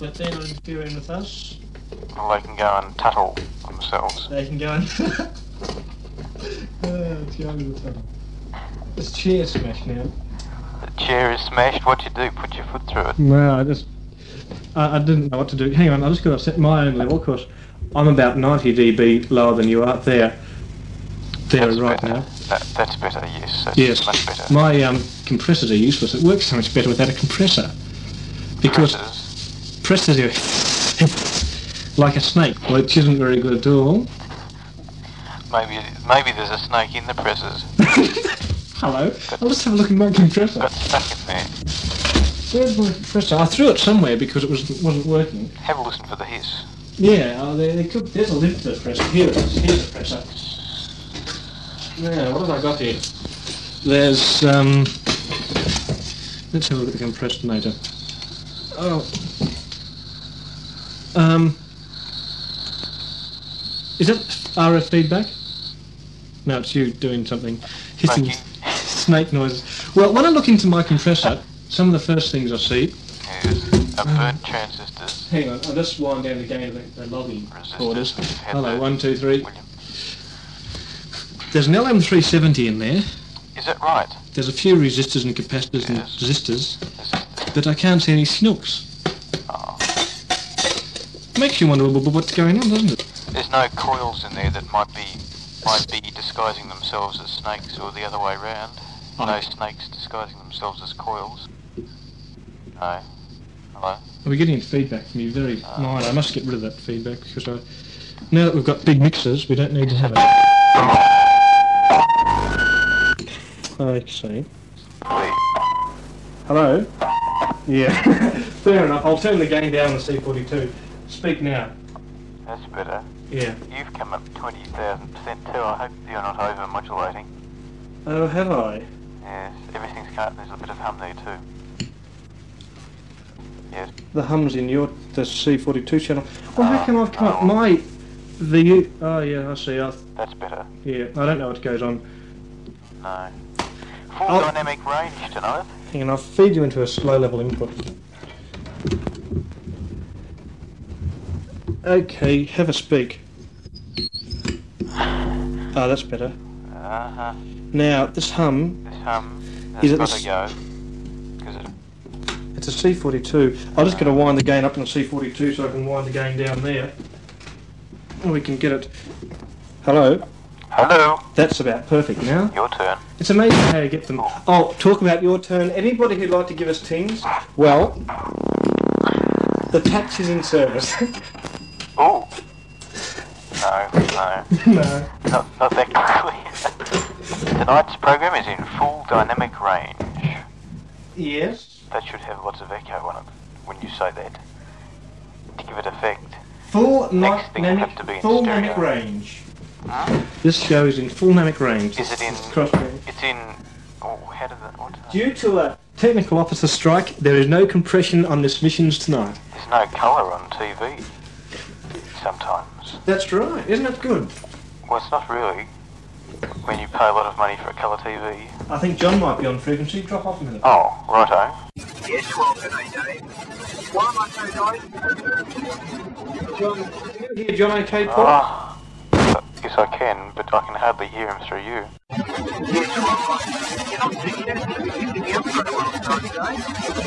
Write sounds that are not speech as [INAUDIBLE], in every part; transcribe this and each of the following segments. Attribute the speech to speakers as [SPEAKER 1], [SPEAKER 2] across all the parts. [SPEAKER 1] If they're not interfering with us,
[SPEAKER 2] Well, they can go and tattle themselves.
[SPEAKER 1] they can go and. [LAUGHS] Uh, Let's go under the tunnel. It's chair smash now.
[SPEAKER 2] The chair is smashed. What you do? Put your foot through it.
[SPEAKER 1] No, I just. I, I didn't know what to do. Hang on, I just got to set my own level because I'm about 90 dB lower than you are there. There,
[SPEAKER 2] That's
[SPEAKER 1] right
[SPEAKER 2] better.
[SPEAKER 1] now.
[SPEAKER 2] That, that's better. Yes. That's
[SPEAKER 1] Yes.
[SPEAKER 2] Much better.
[SPEAKER 1] My um, compressors are useless. It works so much better without a compressor. Because
[SPEAKER 2] Presses.
[SPEAKER 1] presses you [LAUGHS] like a snake, which isn't very good at all. [LAUGHS]
[SPEAKER 2] Maybe maybe there's a snake in the presses.
[SPEAKER 1] Hello. I'll just have a look at my compressor.
[SPEAKER 2] Got stuck in there.
[SPEAKER 1] Where's my compressor? I threw it somewhere because it was, wasn't working.
[SPEAKER 2] Have a listen for the hiss.
[SPEAKER 1] Yeah, oh, there, there could, there's a lift to the press. Here it is. Here's the presser. Yeah, what have I got here? There's, um... Let's have a look at the compressinator. Oh. Um... Is that RF feedback? No, it's you doing something. Hissing
[SPEAKER 2] Thank
[SPEAKER 1] snake noises. Well, when I look into my compressor, some of the first things I see...
[SPEAKER 2] Yes. A burnt transistors.
[SPEAKER 1] Hang on, I'll just wind down the game of the logging
[SPEAKER 2] Resistors. We've had
[SPEAKER 1] Hello,
[SPEAKER 2] those.
[SPEAKER 1] one, two, three.
[SPEAKER 2] William.
[SPEAKER 1] There's an LM370 in there.
[SPEAKER 2] Is that right?
[SPEAKER 1] There's a few resistors and capacitors and
[SPEAKER 2] Yes.
[SPEAKER 1] resistors,
[SPEAKER 2] This is the,
[SPEAKER 1] but I can't see any snooks.
[SPEAKER 2] oh.
[SPEAKER 1] Makes you wonder w- w- what's going on, doesn't it?
[SPEAKER 2] There's no coils in there that might be might be disguising themselves as snakes or the other way round. No
[SPEAKER 1] Are
[SPEAKER 2] snakes disguising themselves as coils. No. Hello.
[SPEAKER 1] we getting feedback from you? Very mine. I must get rid of that feedback because I, now that we've got big mixers, we don't need to have it. I see.
[SPEAKER 2] Wait.
[SPEAKER 1] Hello? Yeah. [LAUGHS] Fair enough. I'll turn the gain down to C42. Speak now.
[SPEAKER 2] That's better.
[SPEAKER 1] Yeah.
[SPEAKER 2] You've come up 20,000% too. I hope you're not over modulating.
[SPEAKER 1] Oh, have I?
[SPEAKER 2] Yes, everything's cut. There's a bit of hum there too. Yes.
[SPEAKER 1] the hums in your the C42 channel. Well, how come I've come up my the oh yeah I see I
[SPEAKER 2] That's better.
[SPEAKER 1] yeah I don't know what goes on.
[SPEAKER 2] No. Full
[SPEAKER 1] Oh.
[SPEAKER 2] dynamic range tonight.
[SPEAKER 1] Hang on, I'll feed you into a slow level input. Okay, have a speak. Ah, that's better.
[SPEAKER 2] Uh huh.
[SPEAKER 1] Now this hum,
[SPEAKER 2] This hum
[SPEAKER 1] Is
[SPEAKER 2] has
[SPEAKER 1] it
[SPEAKER 2] got
[SPEAKER 1] this-
[SPEAKER 2] to go. Because it
[SPEAKER 1] it's a C42. I'm just going to wind the gain up in the C42 so I can wind the gain down there. And we can get it. Hello.
[SPEAKER 2] Hello.
[SPEAKER 1] That's about perfect now.
[SPEAKER 2] Your turn.
[SPEAKER 1] It's amazing how you get them. Oh, talk about your turn. Anybody who'd like to give us tings? Well, the patch is in service. [LAUGHS]
[SPEAKER 2] Oh. No, no,
[SPEAKER 1] no.
[SPEAKER 2] not, not that quickly. [LAUGHS] Tonight's program is in full dynamic range.
[SPEAKER 1] Yes.
[SPEAKER 2] That should have lots of echo on it when you say that. To give it effect.
[SPEAKER 1] Full
[SPEAKER 2] Next thing will
[SPEAKER 1] dynamic,
[SPEAKER 2] have to be in
[SPEAKER 1] full
[SPEAKER 2] stereo.
[SPEAKER 1] dynamic range.
[SPEAKER 2] Huh?
[SPEAKER 1] This show is in full dynamic range.
[SPEAKER 2] Is it in?
[SPEAKER 1] It's crossbreed.
[SPEAKER 2] It's in. Oh, how did that? What did that-
[SPEAKER 1] Due to a technical officer strike, there is no compression on this missions tonight.
[SPEAKER 2] There's no colour on TV. Sometimes.
[SPEAKER 1] That's right. Isn't it good?
[SPEAKER 2] Well, it's not really. When you pay a lot of money for a colour TV.
[SPEAKER 1] I think John might be on frequency. Drop off a minute.
[SPEAKER 2] Oh, righto.
[SPEAKER 3] Yes, welcome, AJ. What am I doing, guys?
[SPEAKER 1] John, can you hear John okay, Paul?
[SPEAKER 2] Ah. Yes, I can, but I can hardly hear him through you.
[SPEAKER 3] Yes, welcome. You're not thinking that's going to be picking me up very well tonight, guys. Uh,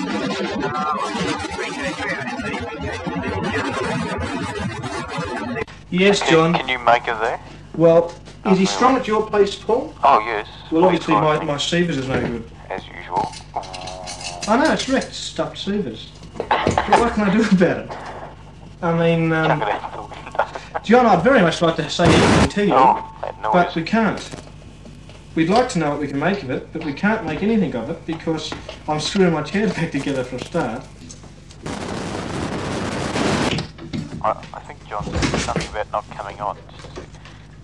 [SPEAKER 1] yes,
[SPEAKER 2] Can,
[SPEAKER 1] John.
[SPEAKER 2] can you make it there?
[SPEAKER 1] Well, is he strong at your place, Paul?
[SPEAKER 2] Oh, yes.
[SPEAKER 1] Well, obviously,
[SPEAKER 2] Please,
[SPEAKER 1] my, Mm. my Sievers is no good.
[SPEAKER 2] As usual.
[SPEAKER 1] I know, it's wrecked, stuffed Sievers. But what can I do [LAUGHS] about it? I mean,
[SPEAKER 2] Chuck
[SPEAKER 1] um,
[SPEAKER 2] it out the window. [LAUGHS]
[SPEAKER 1] John, I'd very much like to say anything to you,
[SPEAKER 2] oh, that
[SPEAKER 1] but we
[SPEAKER 2] noise.
[SPEAKER 1] can't. We'd like to know what we can make of it, but we can't make anything of it because I'm screwing my chair [LAUGHS] back together for a start.
[SPEAKER 2] I, I think John said something about not coming on.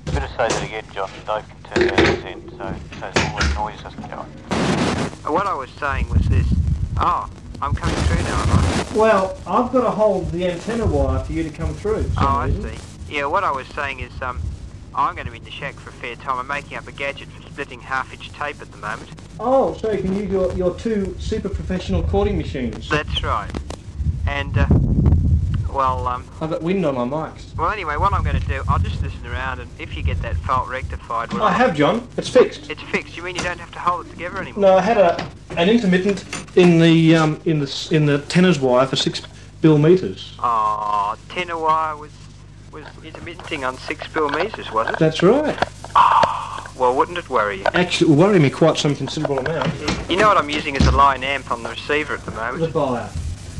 [SPEAKER 2] Better say that again, John. Dave can turn down his end, so, so all the noise doesn't go on.
[SPEAKER 3] what I was saying was this. Oh, I'm coming through now, am I?
[SPEAKER 1] Well, I've got to hold the antenna wire for you to come through. for some
[SPEAKER 3] Oh, I
[SPEAKER 1] reason.
[SPEAKER 3] see. Yeah, what I was saying is, um, I'm going to be in the shack for a fair time. I'm making up a gadget for splitting half-inch tape at the moment.
[SPEAKER 1] Oh, so you can use your, your two super professional cording machines.
[SPEAKER 3] That's right. And uh, Well, um,
[SPEAKER 1] I've got wind on my mics.
[SPEAKER 3] well, anyway, what I'm going to do, I'll just listen around, and if you get that fault rectified, well,
[SPEAKER 1] I have, John. It's fixed.
[SPEAKER 3] It's fixed. You mean you don't have to hold it together anymore?
[SPEAKER 1] No, I had a an intermittent in the um, in the s- in the tenors wire for six bill meters.
[SPEAKER 3] Oh, tenor wire was was intermitting on six bill meters, was it?
[SPEAKER 1] That's right.
[SPEAKER 3] Well, wouldn't it worry you?
[SPEAKER 1] Actually, it worried me quite some considerable amount.
[SPEAKER 3] You know what I'm using as a line amp on the receiver at the moment?
[SPEAKER 1] buyer.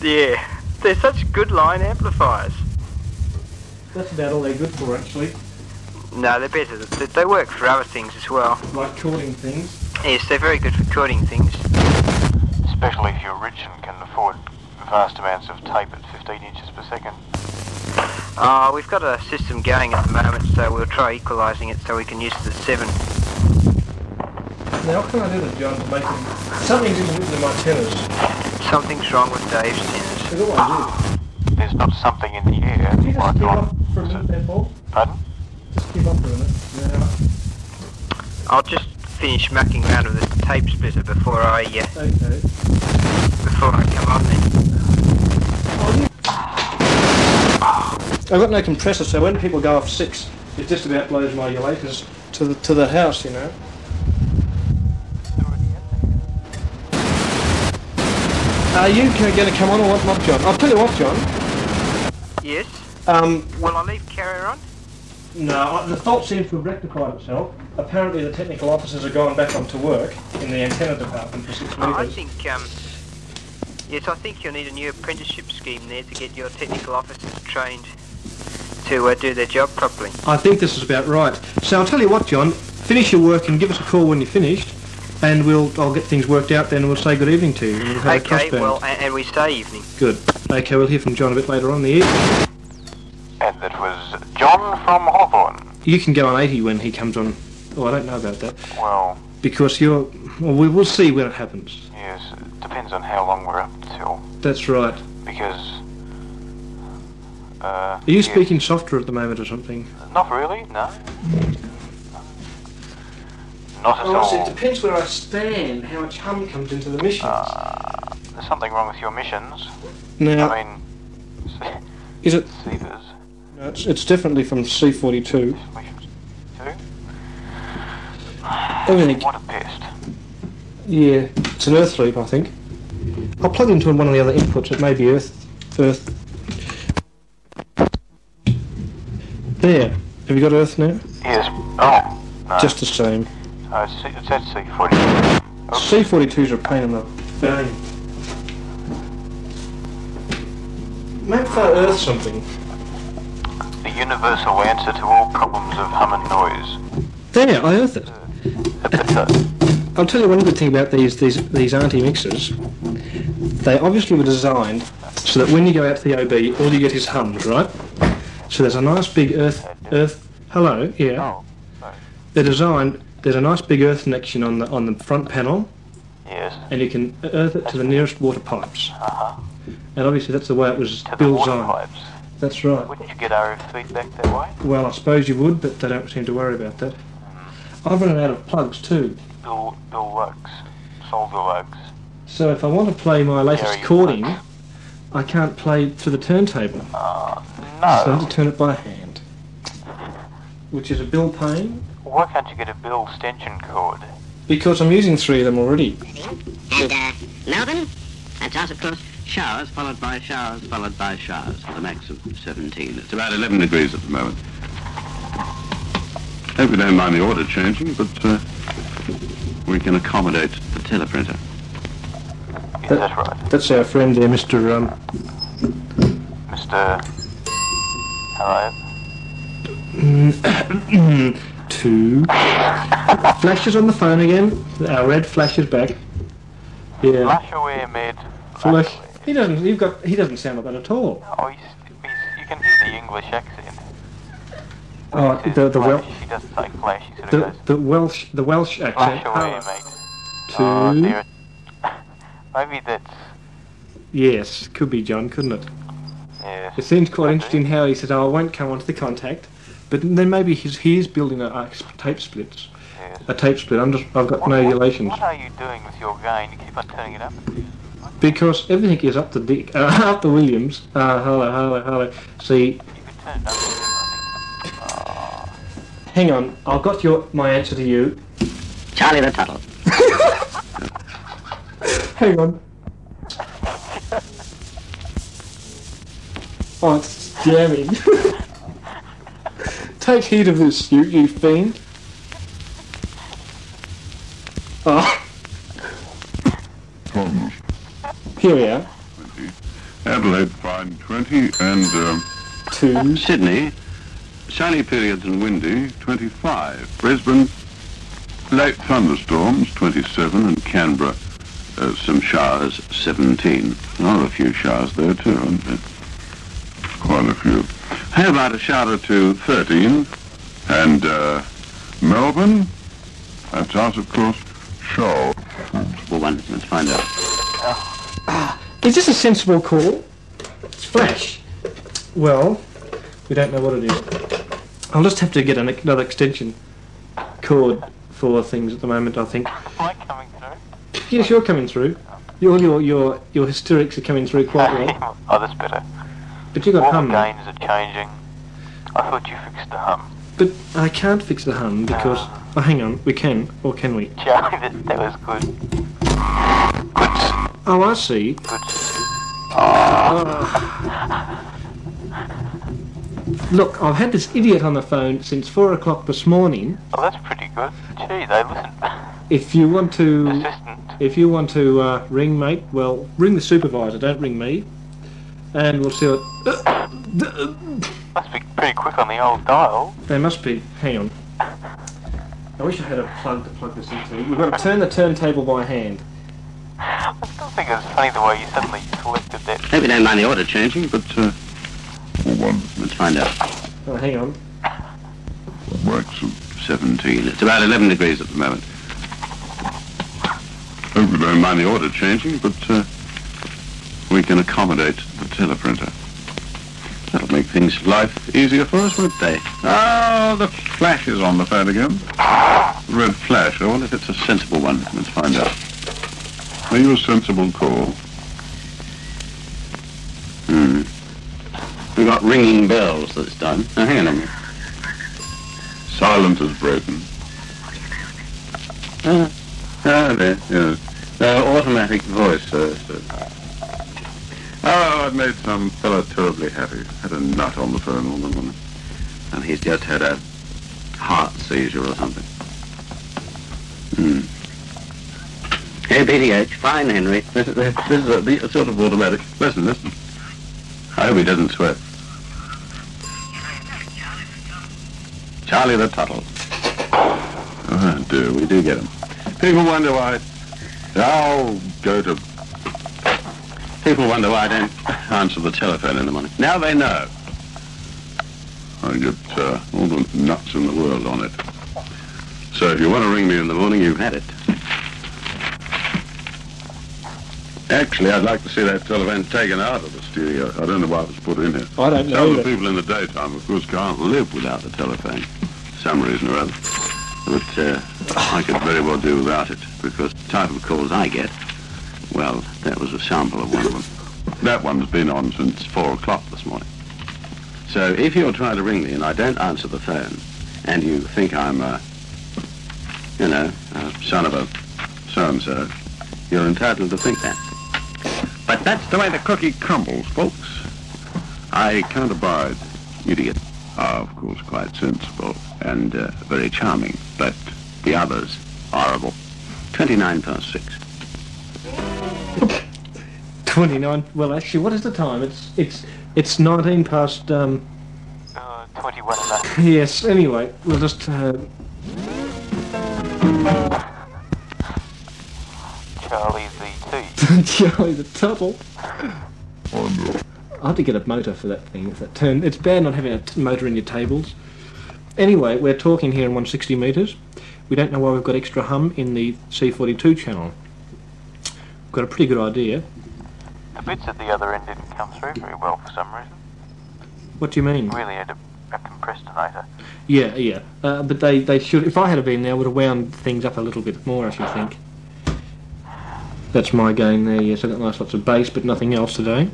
[SPEAKER 3] Yeah, they're such good line amplifiers.
[SPEAKER 1] That's about all they're good for, actually.
[SPEAKER 3] No, they're better. They, they work for other things as well.
[SPEAKER 1] Like cording things.
[SPEAKER 3] Yes, they're very good for cording things.
[SPEAKER 2] Especially if you're rich and can afford vast amounts of tape at 15 inches per second.
[SPEAKER 3] Uh, we've got a system going at the moment, so we'll try equalising it so we can use the seven.
[SPEAKER 1] Now, what can I do with John to make him... Something's intermittent in my tenors.
[SPEAKER 3] Something's wrong with Dave's tenors.
[SPEAKER 1] That's all I
[SPEAKER 2] There's not something in the air.
[SPEAKER 1] do. Can you
[SPEAKER 2] My
[SPEAKER 1] just keep
[SPEAKER 2] God.
[SPEAKER 1] up for a
[SPEAKER 2] Is
[SPEAKER 1] minute
[SPEAKER 2] it-
[SPEAKER 1] there, Paul?
[SPEAKER 2] Pardon?
[SPEAKER 1] Just keep up for a minute.
[SPEAKER 3] I'll just finish mucking around with this tape splitter before I uh,
[SPEAKER 1] Now, okay.
[SPEAKER 3] before I come on then.
[SPEAKER 1] I've got no compressor, so when people go off six, it just about blows my elaters to the to the house, you know. Are you going to come on or what, not, John? I'll tell you what, John.
[SPEAKER 3] Yes.
[SPEAKER 1] Um,
[SPEAKER 3] Will I leave carrier on?
[SPEAKER 1] no, I- the fault seems to have rectified itself. Apparently, the technical officers are going back onto work in the antenna department for six
[SPEAKER 3] I
[SPEAKER 1] metres.
[SPEAKER 3] think, um, yes, I think you'll need a new apprenticeship scheme there to get your technical officers trained to uh, do their job properly.
[SPEAKER 1] I think this is about right. So I'll tell you what, John. Finish your work and give us a call when you're finished, and we'll I'll get things worked out. Then and we'll say good evening to you. and we'll have a
[SPEAKER 3] okay,
[SPEAKER 1] crossband.
[SPEAKER 3] well, a- and we say evening.
[SPEAKER 1] Good. Okay, we'll hear from John a bit later on the air.
[SPEAKER 2] And that was John from Hawthorne.
[SPEAKER 1] You can go on 80 when he comes on. Oh, I don't know about that.
[SPEAKER 2] Well,
[SPEAKER 1] Because you're... Well, we will see when it happens.
[SPEAKER 2] yes, it depends on how long we're up till.
[SPEAKER 1] That's right. Are
[SPEAKER 2] Because. Uh, Are
[SPEAKER 1] you speaking softer at the moment or something?
[SPEAKER 2] Not really, no. Not at all.
[SPEAKER 1] depends where Oh, I stand, how much hum comes into the missions.
[SPEAKER 2] Uh, there's something wrong with your missions.
[SPEAKER 1] now,
[SPEAKER 2] I mean, [LAUGHS] see,
[SPEAKER 1] is it...
[SPEAKER 2] see there's
[SPEAKER 1] No, it's, it's definitely from C42.
[SPEAKER 2] missions too.
[SPEAKER 1] Everything...
[SPEAKER 2] What a pest.
[SPEAKER 1] Yeah, it's an Earth loop, I think. I'll plug into one of the other inputs. It may be Earth. Earth. There. Have you got Earth now?
[SPEAKER 2] Yes. Oh. No.
[SPEAKER 1] Just the same.
[SPEAKER 2] Uh, it's, it's at C40.
[SPEAKER 1] C42s are a pain in the belly. Make for Earth something.
[SPEAKER 2] The universal answer to all problems of hum and noise.
[SPEAKER 1] There, I Earth it. [LAUGHS]
[SPEAKER 2] But, uh,
[SPEAKER 1] I'll tell you one good thing about these these these anti mixers. They obviously were designed so that when you go out to the OB, all you get is hums, right? So there's a nice big Earth Earth. Hello, yeah.
[SPEAKER 2] oh. sorry.
[SPEAKER 1] They're designed. There's a nice big Earth connection on the on the front panel,
[SPEAKER 2] Yes.
[SPEAKER 1] and you can Earth it to the nearest water pipes.
[SPEAKER 2] Uh-huh.
[SPEAKER 1] And obviously that's the way it was
[SPEAKER 2] To the
[SPEAKER 1] built
[SPEAKER 2] water
[SPEAKER 1] on.
[SPEAKER 2] pipes.
[SPEAKER 1] That's right.
[SPEAKER 2] Wouldn't you get RF feedback that way?
[SPEAKER 1] Well, I suppose you would, but they don't seem to worry about that. I've run out of plugs too,
[SPEAKER 2] Bill, Bill Lux. Solve the Lux.
[SPEAKER 1] so if I want to play my latest
[SPEAKER 2] Gary
[SPEAKER 1] recording,
[SPEAKER 2] Lux.
[SPEAKER 1] I can't play through the turntable, so
[SPEAKER 2] Uh,
[SPEAKER 1] I have
[SPEAKER 2] no.
[SPEAKER 1] to turn it by hand, which is a bill pain
[SPEAKER 2] Why can't you get a Bill Stenchen cord?
[SPEAKER 1] because I'm using three of them already.
[SPEAKER 4] And uh, Melbourne, that's us, of course. Showers followed by showers followed by showers. The max of 17.
[SPEAKER 5] It's about 11 degrees at the moment. Hope you don't mind the order changing, but uh, we can accommodate the teleprinter.
[SPEAKER 2] Is
[SPEAKER 1] Uh,
[SPEAKER 2] that right?
[SPEAKER 1] That's our friend there, Mr. Um,
[SPEAKER 2] Mr. Hello?
[SPEAKER 1] two. Flashes on the phone again. Our red flashes back. Yeah,
[SPEAKER 2] Flash away, mate.
[SPEAKER 1] flash. He doesn't. You've got. He doesn't sound like that at all.
[SPEAKER 2] Oh, he's, he's, you can hear the English accent.
[SPEAKER 1] Oh,
[SPEAKER 2] He says
[SPEAKER 1] the the
[SPEAKER 2] flash.
[SPEAKER 1] Welsh.
[SPEAKER 2] He doesn't say flash. He sort of
[SPEAKER 1] The,
[SPEAKER 2] goes
[SPEAKER 1] the Welsh the Welsh
[SPEAKER 2] flash
[SPEAKER 1] accent.
[SPEAKER 2] away, mate.
[SPEAKER 1] Two.
[SPEAKER 2] Oh, dear. [LAUGHS] Maybe that's
[SPEAKER 1] yes, could be John, couldn't it?
[SPEAKER 2] yes.
[SPEAKER 1] It seems quite interesting how he said, "Oh, I won't come onto the contact," but then maybe he's he is building a, a sp- tape splits,
[SPEAKER 2] yes.
[SPEAKER 1] a tape split. I'm just I've got
[SPEAKER 2] What-
[SPEAKER 1] no
[SPEAKER 2] what-
[SPEAKER 1] relations.
[SPEAKER 2] What are you doing with your gain? You keep on turning it up.
[SPEAKER 1] because everything is up to Dick, [LAUGHS] uh, up to Williams. Uh, hello, hello, hello. See,
[SPEAKER 2] You could turn it up.
[SPEAKER 1] hang on, I've got your my answer to you.
[SPEAKER 4] Charlie the Tuttle.
[SPEAKER 1] Hang on. Oh, it's jamming. [LAUGHS] Take heed of this, you, you fiend. Oh,
[SPEAKER 5] Tom,
[SPEAKER 1] here we are.
[SPEAKER 5] 20. Adelaide, fine, 20. And um,
[SPEAKER 1] Two.
[SPEAKER 5] Sydney, sunny periods and windy, 25. Brisbane, late thunderstorms, 27. And Canberra, uh, some showers, 17. Not a few showers there, too, aren't there? Quite a few. How about a shower to 13? And uh, Melbourne, that's out, of course, show.
[SPEAKER 4] Well, one, let's find out.
[SPEAKER 1] Is this a sensible call? It's flash. Well, we don't know what it is. I'll just have to get an, another extension cord for things at the moment, I think.
[SPEAKER 2] Am I coming through?
[SPEAKER 1] Yes, you're coming through. Your, your, your, your hysterics are coming through quite well.
[SPEAKER 2] [LAUGHS] oh, that's better.
[SPEAKER 1] But you got
[SPEAKER 2] All
[SPEAKER 1] hum.
[SPEAKER 2] the gains are changing. I thought you fixed the hum.
[SPEAKER 1] But I can't fix the hum because. Oh, hang on, we can, or can we?
[SPEAKER 2] Charlie, that, that was good. Good,
[SPEAKER 1] Oh, I see.
[SPEAKER 2] good.
[SPEAKER 1] Look, I've had this idiot on the phone since four o'clock this morning.
[SPEAKER 2] Oh, that's pretty good. Gee, they listen.
[SPEAKER 1] If you want to.
[SPEAKER 2] [LAUGHS] Persistent.
[SPEAKER 1] If you want to uh, ring, mate, well, ring the supervisor. Don't ring me, and we'll see what uh,
[SPEAKER 2] Must be pretty quick on the old dial.
[SPEAKER 1] they must be. Hang on. I wish I had a plug to plug this into. We've got to turn the turntable by hand.
[SPEAKER 2] I still think it was funny the way you suddenly selected that.
[SPEAKER 4] Hope you don't mind the order changing, but uh,
[SPEAKER 5] Well, one
[SPEAKER 4] let's find out.
[SPEAKER 1] Oh, hang on. [LAUGHS]
[SPEAKER 5] works.
[SPEAKER 4] 17. It's about 11 degrees at the moment.
[SPEAKER 5] Hope you don't mind the order changing, but uh, we can accommodate the teleprinter. That'll make things life easier for us, won't they? Ah, the flash is on the phone again. Red flash. I wonder if it's a sensible one. Let's find out. Are you a sensible call?
[SPEAKER 4] Hmm. We've got ringing bells this time. Now, hang on a minute.
[SPEAKER 5] Silence is broken.
[SPEAKER 4] Ah, there.
[SPEAKER 5] Yes.
[SPEAKER 4] Uh, automatic voice.
[SPEAKER 5] Sir, sir. Oh, I've made some fellow terribly happy. Had a nut on the phone all the morning.
[SPEAKER 4] And he's just had a heart seizure or something. Hmm. Hey, BDH. Fine, Henry.
[SPEAKER 5] this is a, this is a, the- a sort of automatic. Listen, listen. I hope he doesn't swear. Charlie the Tuttle. Oh, dear, we do get him. People wonder why. I'll go to. People wonder why I don't answer the telephone in the morning. Now they know. I get uh, all the nuts in the world on it. So if you want to ring me in the morning, you've had it. Actually, I'd like to see that telephone taken out of the studio. I don't know why it was put in here.
[SPEAKER 1] I don't know
[SPEAKER 5] Some of the
[SPEAKER 1] either.
[SPEAKER 5] people in the daytime, of course, can't live without the telephone, for some reason or other. But uh, I could very well do without it, because the type of calls I get, well, that was a sample of one of them. That one's been on since four o'clock this morning. So if you're trying to ring me and I don't answer the phone, and you think I'm uh,
[SPEAKER 4] uh,
[SPEAKER 5] a, you know, a son of a so-and-so, you're entitled to think that. But that's the way the cookie crumbles, folks. I can't abide idiot. Are, of course, quite sensible and uh, very charming, but the others, horrible. 29 past 6.
[SPEAKER 1] Twenty-nine. Well, actually, what is the time? It's it's it's nineteen past. Um,
[SPEAKER 2] Uh, 21 and that.
[SPEAKER 1] yes. Anyway, we'll just. Uh, [LAUGHS]
[SPEAKER 2] Charlie the T.
[SPEAKER 1] Charlie the Tuttle. I had to get a motor for that thing. If that turned, it's bad not having a t- motor in your tables. Anyway, we're talking here in 160 meters. We don't know why we've got extra hum in the C42 channel. We've got a pretty good idea.
[SPEAKER 2] The bits at the other end didn't come through very well for some reason.
[SPEAKER 1] What do you mean?
[SPEAKER 2] Really had a, a compressinator.
[SPEAKER 1] Yeah, yeah. Uh, but they, they should. If I had been there, I would have wound things up a little bit more. I should think. That's my gain there, yes. I got nice lots of bass, but nothing else today.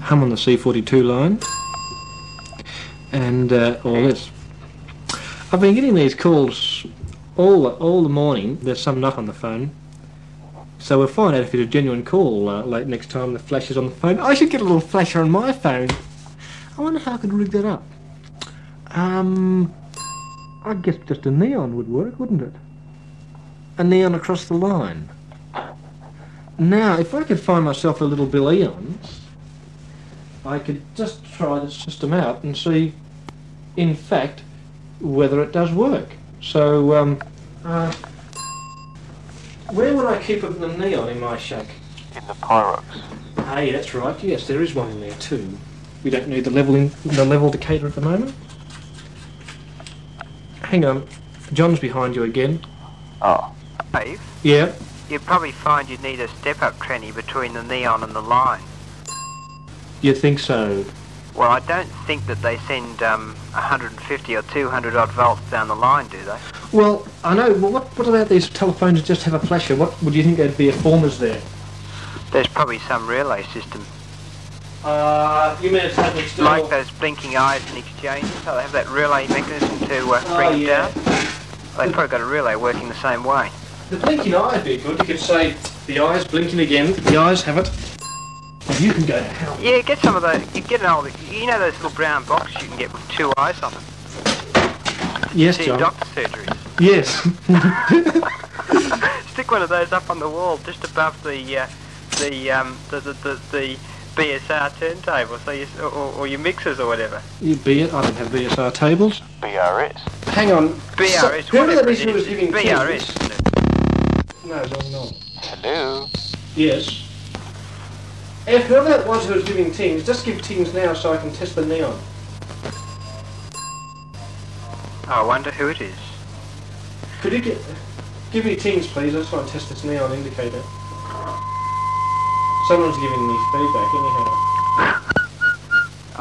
[SPEAKER 1] Hum on the C42 line. And uh, all this. I've been getting these calls all the, all the morning. There's some nut on the phone. So we'll find out if it's a genuine call uh, late next time the flash is on the phone. I should get a little flasher on my phone. I wonder how I could rig that up. Um, I guess just a neon would work, wouldn't it? A neon across the line. Now, if I could find myself a little Bill Eons, I could just try the system out and see, in fact, whether it does work. So, um, uh, where would I keep the neon in my shack?
[SPEAKER 2] in the Pyrox.
[SPEAKER 1] Hey, that's right. Yes, there is one in there too. We don't need the level in the level decatur at the moment. Hang on, John's behind you again.
[SPEAKER 2] Oh,
[SPEAKER 3] Dave,
[SPEAKER 1] Yeah.
[SPEAKER 3] you'd probably find you'd need a step-up tranny between the neon and the line.
[SPEAKER 1] You think so?
[SPEAKER 3] Well, I don't think that they send um, 150 or 200 odd volts down the line, do they?
[SPEAKER 1] Well, I know. Well, what what about these telephones that just have a flasher? What would you think there'd be a formers there?
[SPEAKER 3] There's probably some relay system.
[SPEAKER 1] Uh, you mean it's having still?
[SPEAKER 3] Like those blinking eyes in exchange, so they have that relay mechanism to uh,
[SPEAKER 1] Oh,
[SPEAKER 3] bring it
[SPEAKER 1] yeah.
[SPEAKER 3] down. They've probably got a relay working the same way.
[SPEAKER 1] The blinking eye would be good. You could say the eyes blinking again. The eyes have it. And you can go to hell.
[SPEAKER 3] Yeah, get some of those. You get an old. You know those little brown boxes you can get with two eyes on them.
[SPEAKER 1] Yes,
[SPEAKER 3] See
[SPEAKER 1] John.
[SPEAKER 3] doctor surgeries.
[SPEAKER 1] Yes. [LAUGHS]
[SPEAKER 3] Stick one of those up on the wall just above the uh, the, um, the, the the the BSR turntable, so you, s- or, or your mixers or whatever.
[SPEAKER 1] you be it. I don't have VSR tables.
[SPEAKER 2] BRS.
[SPEAKER 1] Hang on.
[SPEAKER 3] BRS.
[SPEAKER 1] So, whoever
[SPEAKER 3] whatever
[SPEAKER 1] that
[SPEAKER 3] it
[SPEAKER 1] is who was
[SPEAKER 3] is,
[SPEAKER 1] giving
[SPEAKER 3] BRS.
[SPEAKER 1] tips- No, wrong knob.
[SPEAKER 2] Hello.
[SPEAKER 1] Yes. If whoever that was who was giving tings, just give tings now so I can test the neon.
[SPEAKER 3] Oh, I wonder who it is.
[SPEAKER 1] Could you get... Give me tings, please. I just want to test this neon indicator. Someone's giving me feedback, anyhow.
[SPEAKER 3] I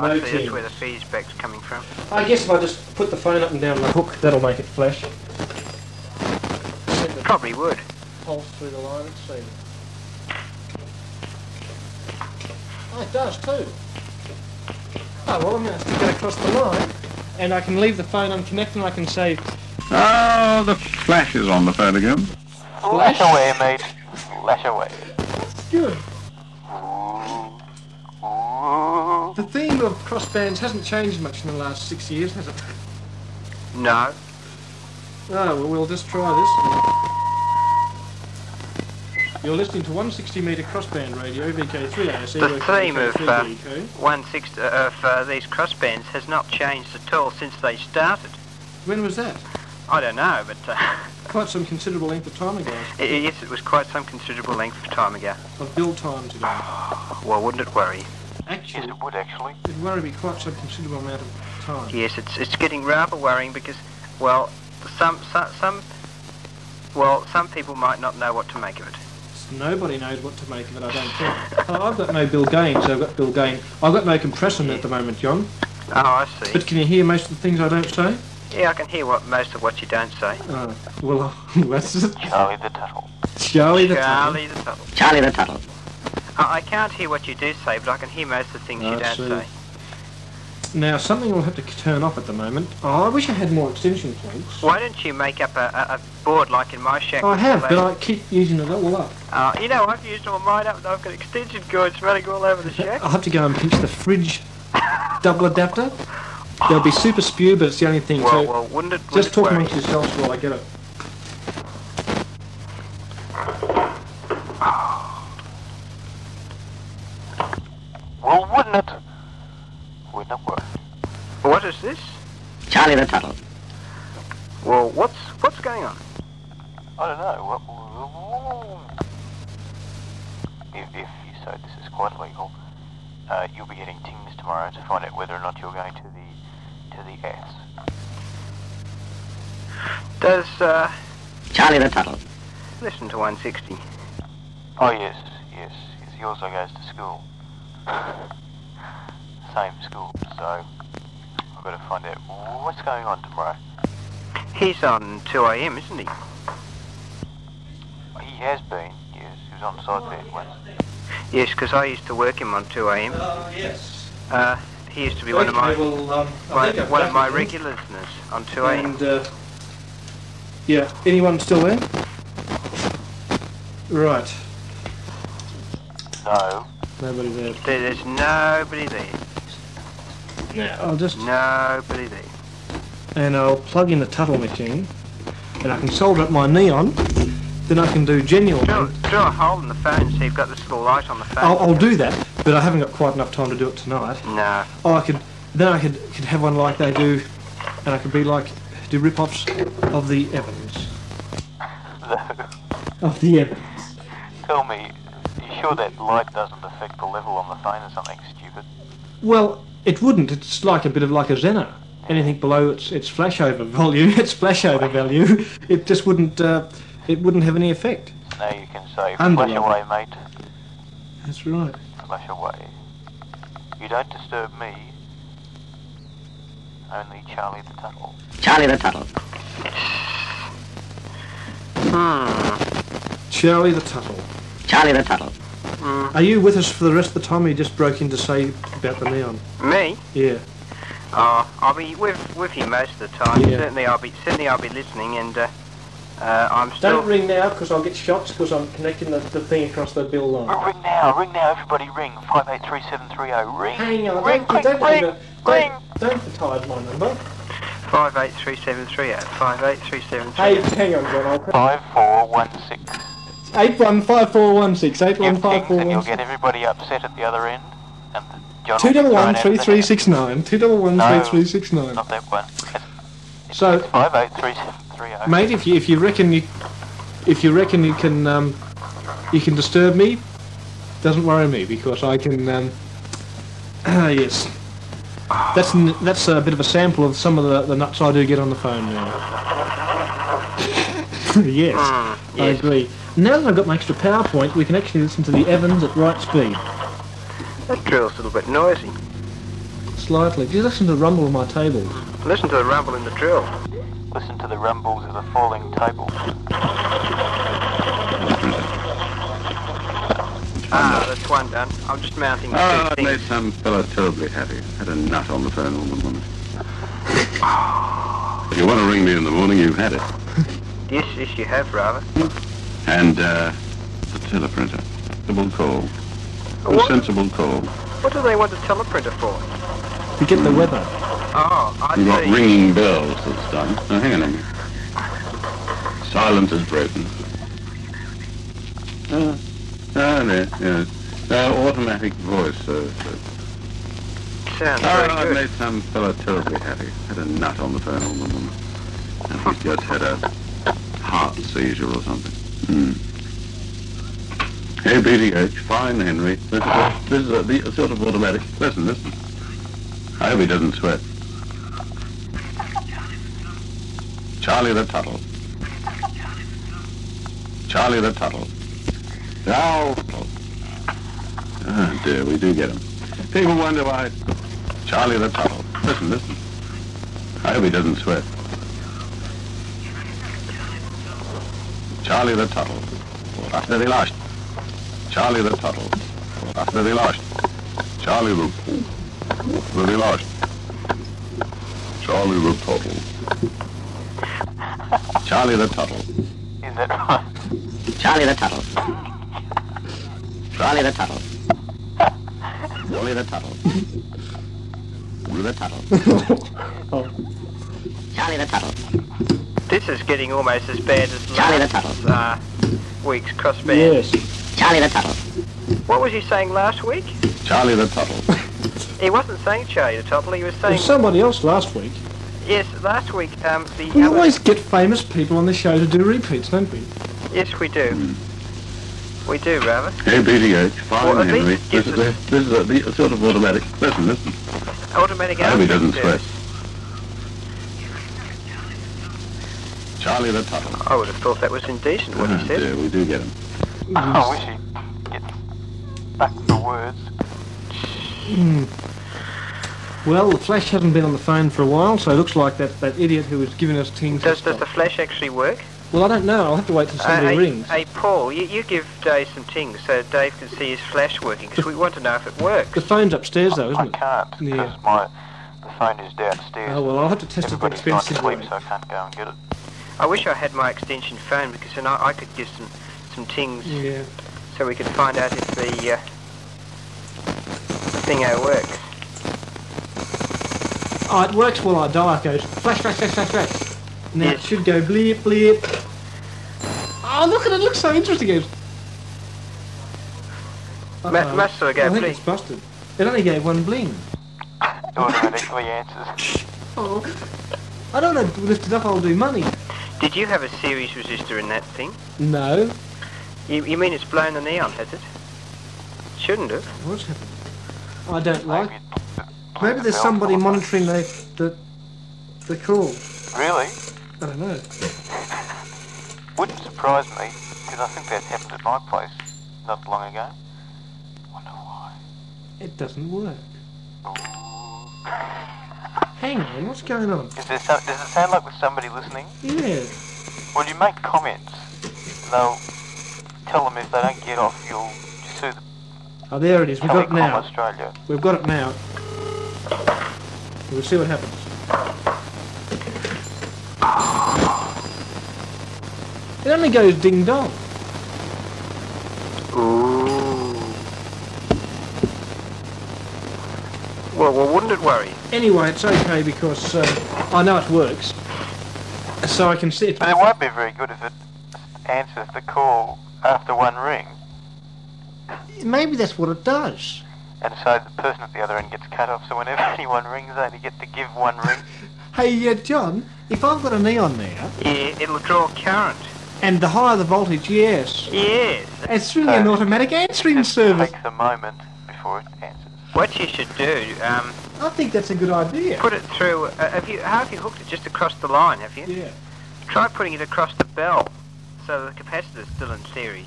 [SPEAKER 1] No
[SPEAKER 3] see that's
[SPEAKER 1] teams.
[SPEAKER 3] where the feedback's coming from.
[SPEAKER 1] I guess if I just put the phone up and down the hook, that'll make it flash. Send the
[SPEAKER 3] Probably would.
[SPEAKER 1] pulse through the line and see. Oh, it does too. Oh, well, I'm going to stick it across the line. And I can leave the phone unconnected and I can say,
[SPEAKER 5] Oh, the flash is on the phone again.
[SPEAKER 2] Lash away, mate. Lash away.
[SPEAKER 1] good.
[SPEAKER 2] Ooh. Ooh.
[SPEAKER 1] The theme of crossbands hasn't changed much in the last six years, has it?
[SPEAKER 3] No.
[SPEAKER 1] Oh, well, we'll just try this. You're listening to 160 metre crossband radio, VK3 ASE.
[SPEAKER 3] The theme
[SPEAKER 1] E
[SPEAKER 3] of uh,
[SPEAKER 1] VK3
[SPEAKER 3] one sixth of uh, these crossbands has not changed at all since they started.
[SPEAKER 1] E. When was that?
[SPEAKER 3] I don't know, but uh, [LAUGHS]
[SPEAKER 1] Quite some considerable length of time ago.
[SPEAKER 3] i- yes, it was quite some considerable length of time ago.
[SPEAKER 1] Of build time today.
[SPEAKER 3] Well, wouldn't it worry?
[SPEAKER 2] Yes,
[SPEAKER 1] Actually,
[SPEAKER 2] it would actually.
[SPEAKER 1] It worried me quite some considerable amount of time.
[SPEAKER 3] Yes, it's it's getting rather worrying because, well, some some, some well, some people might not know what to make of it.
[SPEAKER 1] Nobody knows what to make of it, I don't
[SPEAKER 3] [LAUGHS]
[SPEAKER 1] think. oh, I've got no Bill Gaines, I've got Bill Gain. I've got no compression at the moment, John.
[SPEAKER 3] Oh, I see.
[SPEAKER 1] But can you hear most of the things I don't say?
[SPEAKER 3] Yeah, I can hear what most of what you don't say.
[SPEAKER 1] Oh, well, [LAUGHS] that's it.
[SPEAKER 2] Charlie the Tuttle.
[SPEAKER 1] Charlie the Tuttle.
[SPEAKER 3] Charlie the Tuttle.
[SPEAKER 4] Charlie the Tuttle.
[SPEAKER 3] I, I can't hear what you do say, but I can hear most of the things
[SPEAKER 1] Oh, I
[SPEAKER 3] you don't
[SPEAKER 1] see.
[SPEAKER 3] say.
[SPEAKER 1] Now, something I'll have to c- turn off at the moment. Oh, I wish I had more extension plugs.
[SPEAKER 3] Why don't you make up a, a, a board like in my shack?
[SPEAKER 1] Oh, I
[SPEAKER 3] with
[SPEAKER 1] have, but
[SPEAKER 3] those-
[SPEAKER 1] I keep using it all up.
[SPEAKER 3] Uh, you know, I've used all mine up and I've got extension cords running all
[SPEAKER 1] [LAUGHS] Oh,
[SPEAKER 3] over the shack.
[SPEAKER 1] I'll have to go and pinch the fridge double adapter. There'll be super spew, but it's the only thing.
[SPEAKER 3] Well,
[SPEAKER 1] so
[SPEAKER 3] well, wouldn't it, wouldn't
[SPEAKER 1] just
[SPEAKER 3] it
[SPEAKER 1] talk
[SPEAKER 3] worry?
[SPEAKER 1] amongst yourselves while I get it.
[SPEAKER 2] Well, wouldn't it? Wouldn't it work?
[SPEAKER 3] What is this?
[SPEAKER 4] Charlie the Tuttle.
[SPEAKER 3] Well, what's what's going on?
[SPEAKER 2] I don't know. What, if, if you say this is quite legal, uh, you'll be getting tings tomorrow to find out whether or not you're going to the to the S.
[SPEAKER 3] Does uh,
[SPEAKER 4] Charlie the Tuttle.
[SPEAKER 3] listen to 160?
[SPEAKER 2] Oh yes, yes. yes he also goes to school. [SIGHS] Same school. So I've got to find out what's going on tomorrow.
[SPEAKER 3] He's on 2 a.m., isn't he?
[SPEAKER 2] He has been. Yes, he was on site there, Gwen.
[SPEAKER 3] Yes, because I used to work him on 2AM.
[SPEAKER 6] Uh, yes.
[SPEAKER 3] Uh, he used to be one of
[SPEAKER 6] Okay,
[SPEAKER 3] my
[SPEAKER 6] well, um, I
[SPEAKER 3] one,
[SPEAKER 6] think I've
[SPEAKER 3] one of my
[SPEAKER 6] done it.
[SPEAKER 3] regulars on 2AM.
[SPEAKER 1] And, uh, yeah, anyone still there? Right,
[SPEAKER 2] No. [LAUGHS]
[SPEAKER 1] nobody there.
[SPEAKER 3] There, there's nobody there.
[SPEAKER 1] I'll just
[SPEAKER 3] Nobody there.
[SPEAKER 1] and I'll plug in the Tuttle machine, and I can solder up my neon. Then I can do genuine.
[SPEAKER 3] Drill, drill a hole in the phone so you've got this little light on the phone.
[SPEAKER 1] I'll, I'll do that, but I haven't got quite enough time to do it tonight.
[SPEAKER 3] No.
[SPEAKER 1] Oh, Oh, I could then I could could have one like they do, and I could be like do rip-offs of the Evans. Of the Evans.
[SPEAKER 2] Tell me, you sure that light doesn't affect the level on the phone or something stupid?
[SPEAKER 1] Well, it wouldn't. It's like a bit of like a Zener. Anything below its its flashover volume, [LAUGHS] its flashover value, it just wouldn't uh, it wouldn't have any effect.
[SPEAKER 2] Now you can say,
[SPEAKER 1] Unbelievable.
[SPEAKER 2] flash away, mate.
[SPEAKER 1] That's right.
[SPEAKER 2] Flash away. You don't disturb me. Only Charlie the Tuttle.
[SPEAKER 4] Charlie the Tuttle.
[SPEAKER 3] Hmm.
[SPEAKER 1] Charlie the Tuttle.
[SPEAKER 4] Charlie the Tuttle.
[SPEAKER 1] Are you with us for the rest of the time? Or you just broke in to say about the neon.
[SPEAKER 3] Me?
[SPEAKER 1] Yeah.
[SPEAKER 3] Oh, I'll be with with you most of the time.
[SPEAKER 1] Yeah.
[SPEAKER 3] Certainly, I'll be certainly I'll be listening, and uh, uh, I'm still.
[SPEAKER 1] Don't ring now because I'll get shots because I'm connecting the, the thing across the bill line.
[SPEAKER 2] Oh, Ring now, ring now, everybody ring. 5833730, oh, ring.
[SPEAKER 1] Hang on,
[SPEAKER 2] ring, quick,
[SPEAKER 1] don't, don't, don't,
[SPEAKER 2] ring,
[SPEAKER 1] don't,
[SPEAKER 2] ring.
[SPEAKER 1] don't, don't retard my number.
[SPEAKER 3] Five eight three seven three eight. Five eight three seven three.
[SPEAKER 1] Hey, hang on, John. I'll...
[SPEAKER 2] 5416.
[SPEAKER 1] 815416,
[SPEAKER 2] Give things and you'll
[SPEAKER 1] 815416.
[SPEAKER 2] get everybody upset at the other end. And John will
[SPEAKER 1] Two
[SPEAKER 2] be
[SPEAKER 1] double one
[SPEAKER 2] thrown out
[SPEAKER 1] three
[SPEAKER 2] of the
[SPEAKER 1] three
[SPEAKER 2] net.
[SPEAKER 1] six nine. Two double one
[SPEAKER 2] No.
[SPEAKER 1] three three six nine.
[SPEAKER 2] Not that one. It's, it's,
[SPEAKER 1] So-
[SPEAKER 2] it's 583730.
[SPEAKER 1] Mate, if you if you reckon you if you reckon you can um, you can disturb me, doesn't worry me because I can. Um, [CLEARS THROAT] ah, yes, that's n- that's a bit of a sample of some of the, the nuts I do get on the phone now. [LAUGHS] yes, I
[SPEAKER 3] yes.
[SPEAKER 1] agree. Now that I've got my extra PowerPoint, we can actually listen to the Evans at right speed.
[SPEAKER 3] That drill's a little bit noisy.
[SPEAKER 1] Slightly. Just listen to the rumble of my table.
[SPEAKER 3] Listen to the rumble in the drill.
[SPEAKER 2] Listen to the rumbles of the falling table.
[SPEAKER 3] Ah, that's one done. I'm just mounting the
[SPEAKER 5] Oh,
[SPEAKER 3] two
[SPEAKER 5] it made
[SPEAKER 3] things.
[SPEAKER 5] some fellow terribly happy. Had a nut on the phone all the morning. if you want to ring me in the morning, you've had it.
[SPEAKER 3] Yes, yes, you have, rather.
[SPEAKER 5] And uh, the teleprinter. Sensible call. A
[SPEAKER 3] What?
[SPEAKER 5] sensible call.
[SPEAKER 3] What do they want a teleprinter for?
[SPEAKER 1] To get the weather. [LAUGHS]
[SPEAKER 3] Oh, I
[SPEAKER 5] We've got
[SPEAKER 3] see.
[SPEAKER 5] ringing bells this time. Now, hang on a minute. Silence is broken. Uh, ah, there, yeah. Uh, automatic voice. Uh, uh,
[SPEAKER 3] Sounds
[SPEAKER 5] oh,
[SPEAKER 3] very
[SPEAKER 5] I
[SPEAKER 3] good.
[SPEAKER 5] made some fellow terribly happy. Had a nut on the phone all the morning. And he's just had a heart seizure or something. Hmm. Hey, BDH, fine, Henry. This is, a, this is a, the- a sort of automatic. Listen, listen. I hope he doesn't sweat. Charlie the Tuttle. Charlie the Tuttle. Now. Oh, dear, we do get him. People wonder why. Charlie the Tuttle. Listen, listen. I hope he doesn't sweat. Charlie the Tuttle. After they lost. Charlie the Tuttle. After they lost. Charlie the After they lost. Charlie the Tuttle. Charlie the Tuttle.
[SPEAKER 2] Is that
[SPEAKER 1] [LAUGHS]
[SPEAKER 2] right?
[SPEAKER 4] Charlie the Tuttle. Charlie the Tuttle.
[SPEAKER 5] Charlie the Tuttle. Charlie the Tuttle.
[SPEAKER 1] Oh,
[SPEAKER 4] Charlie the Tuttle.
[SPEAKER 3] This is getting almost as bad as
[SPEAKER 4] Charlie the
[SPEAKER 3] last
[SPEAKER 4] Tuttle.
[SPEAKER 3] uh, week's crossband.
[SPEAKER 1] Yes.
[SPEAKER 4] Charlie the Tuttle.
[SPEAKER 3] What was he saying last week?
[SPEAKER 5] Charlie the Tuttle.
[SPEAKER 3] He wasn't saying Charlie the Topple, he was
[SPEAKER 1] There
[SPEAKER 3] saying...
[SPEAKER 1] was somebody else last week.
[SPEAKER 3] yes, last week, um, the...
[SPEAKER 1] We
[SPEAKER 3] other-
[SPEAKER 1] always get famous people on the show to do repeats, don't we?
[SPEAKER 3] Yes, we do. We do, rather.
[SPEAKER 5] Hey, BDH, fine,
[SPEAKER 3] Well, at least
[SPEAKER 5] Henry.
[SPEAKER 3] it
[SPEAKER 5] This
[SPEAKER 3] gives
[SPEAKER 5] is, a, this is a, the- a sort of automatic. Listen, listen.
[SPEAKER 3] Automatic
[SPEAKER 5] I hope he
[SPEAKER 3] answering
[SPEAKER 5] doesn't sweat.
[SPEAKER 3] service.
[SPEAKER 5] Charlie the Tuttle.
[SPEAKER 3] I would have thought that was indecent, what
[SPEAKER 5] Oh,
[SPEAKER 3] he said.
[SPEAKER 5] dear, we do get him.
[SPEAKER 2] I wish he'd get back the words.
[SPEAKER 1] Well, the Flash hasn't been on the phone for a while, so it looks like that, that idiot who was giving us things.
[SPEAKER 3] Does, does the flash actually work?
[SPEAKER 1] Well, I don't know. I'll have to wait till somebody
[SPEAKER 3] hey,
[SPEAKER 1] rings.
[SPEAKER 3] Hey, Paul, you, you give Dave some things so Dave can see his flash working, because we want to know if it
[SPEAKER 1] the
[SPEAKER 3] works.
[SPEAKER 1] phone's upstairs, though,
[SPEAKER 2] I
[SPEAKER 1] isn't it?
[SPEAKER 2] can't
[SPEAKER 1] Yeah.
[SPEAKER 2] because my the phone is downstairs.
[SPEAKER 1] Oh, well, I'll have to test it for
[SPEAKER 2] Everybody's gone to
[SPEAKER 1] expenses.
[SPEAKER 2] sleep,
[SPEAKER 1] won't
[SPEAKER 2] so I can't go and get it.
[SPEAKER 3] I wish I had my extension phone, because then I, I could give some, some things
[SPEAKER 1] I? Yeah.
[SPEAKER 3] so we could find out if the, uh, thingo works.
[SPEAKER 1] Oh, it works while I die. It goes flash, flash, flash, flash, flash. Now it
[SPEAKER 3] Yes.
[SPEAKER 1] should go bleep, bleep. Oh, look at it. looks so interesting. It
[SPEAKER 3] Ma- must have
[SPEAKER 1] I
[SPEAKER 3] gone
[SPEAKER 1] think
[SPEAKER 3] blink.
[SPEAKER 1] it's busted. It only gave one bling.
[SPEAKER 2] It automatically
[SPEAKER 1] [LAUGHS]
[SPEAKER 2] answers.
[SPEAKER 1] Oh. I don't want to lift it up. I'll do money.
[SPEAKER 3] Did you have a series resistor in that thing?
[SPEAKER 1] No.
[SPEAKER 3] You, you mean it's blown the neon, has it? Shouldn't have.
[SPEAKER 1] What's happened? I don't like.
[SPEAKER 2] Maybe, it- it blew
[SPEAKER 1] Maybe
[SPEAKER 2] the
[SPEAKER 1] there's
[SPEAKER 2] bell
[SPEAKER 1] somebody
[SPEAKER 2] off.
[SPEAKER 1] monitoring the the the call.
[SPEAKER 2] Really?
[SPEAKER 1] I don't know.
[SPEAKER 2] Wouldn't surprise me because I think that happened at my place not long ago. Wonder why.
[SPEAKER 1] It doesn't work. Oh.
[SPEAKER 2] Ooh.
[SPEAKER 1] Hang on. What's going on?
[SPEAKER 2] Is there some, does it sound like there's somebody listening?
[SPEAKER 1] Yeah.
[SPEAKER 2] Well, you make comments. They'll tell them if they don't get off, you'll sue them.
[SPEAKER 1] Oh, there it is. We've got it
[SPEAKER 2] Telecom
[SPEAKER 1] now.
[SPEAKER 2] Australia.
[SPEAKER 1] We've got it now. We'll see what happens. It only goes ding dong.
[SPEAKER 3] Well, well, wouldn't it worry?
[SPEAKER 1] Anyway, it's okay because uh, I know it works. So I can see it.
[SPEAKER 2] But it won't be very good if it answers the call after one ring,
[SPEAKER 1] Maybe that's what it does.
[SPEAKER 2] and so the person at the other end gets cut off. So whenever [LAUGHS] anyone rings, they only get to give one
[SPEAKER 1] [LAUGHS]
[SPEAKER 2] ring.
[SPEAKER 1] Hey, uh, John, if I've got a neon there,
[SPEAKER 3] Yeah, it'll draw current.
[SPEAKER 1] and the higher the voltage, yes.
[SPEAKER 3] Yes.
[SPEAKER 1] It's really an automatic answering
[SPEAKER 2] Just
[SPEAKER 1] service.
[SPEAKER 2] takes a moment before it answers.
[SPEAKER 3] What you should do, um,
[SPEAKER 1] I think that's a good idea.
[SPEAKER 3] put it through. Uh, have you? How have you hooked it just across the line? Have you?
[SPEAKER 1] Yeah.
[SPEAKER 3] Try putting it across the bell, so the capacitor's still in theory.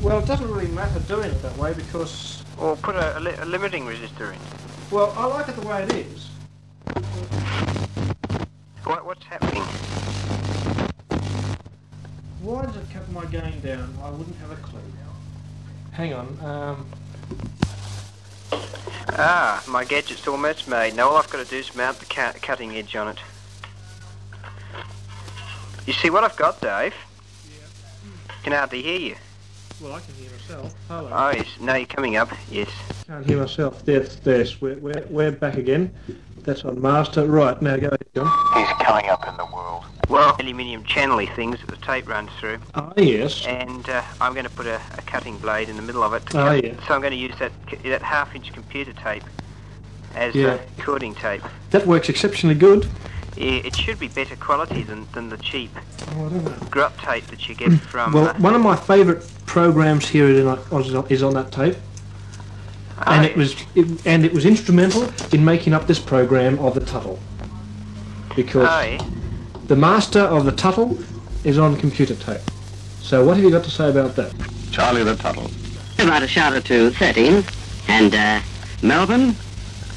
[SPEAKER 1] Well, it doesn't really matter doing it that way because
[SPEAKER 3] Or put a, a, li- a limiting resistor in.
[SPEAKER 1] Well, I like it the way it is.
[SPEAKER 3] What, what's happening?
[SPEAKER 1] Why did it cut my gain down? I wouldn't have a clue. Hang on. Um,
[SPEAKER 3] Ah, my gadget's almost made. Now all I've got to do is mount the ca- cutting edge on it. You see what I've got, Dave? Can hardly hear you.
[SPEAKER 1] well, I can hear myself. Hello.
[SPEAKER 3] Oh, yes. Now you're coming up. Yes.
[SPEAKER 1] I can't hear myself. There's, there's. We're, we're, we're back again. That's on master. Right, now go ahead, John.
[SPEAKER 2] He's coming up in the world.
[SPEAKER 3] Well, aluminium channely things that the tape runs through,
[SPEAKER 1] Ah, yes.
[SPEAKER 3] and uh, I'm going to put a, a cutting blade in the middle of it. to
[SPEAKER 1] Oh,
[SPEAKER 3] cut-
[SPEAKER 1] yeah.
[SPEAKER 3] So I'm going to use that c- that half-inch computer tape as
[SPEAKER 1] Yeah.
[SPEAKER 3] uh, cording tape.
[SPEAKER 1] That works exceptionally good.
[SPEAKER 3] I- It should be better quality than, than the cheap
[SPEAKER 1] Oh, I don't know.
[SPEAKER 3] grub tape that you get from.
[SPEAKER 1] Well,
[SPEAKER 3] uh,
[SPEAKER 1] one of my favourite programs here is on, is on that tape, and
[SPEAKER 3] oh,
[SPEAKER 1] it was it, and it was instrumental in making up this program of the Tuttle, because
[SPEAKER 3] Oh, yeah.
[SPEAKER 1] The master of the tuttle is on computer tape. So what have you got to say about that?
[SPEAKER 5] Charlie the Tuttle.
[SPEAKER 4] I'd write a shout out to 13. And uh, Melbourne,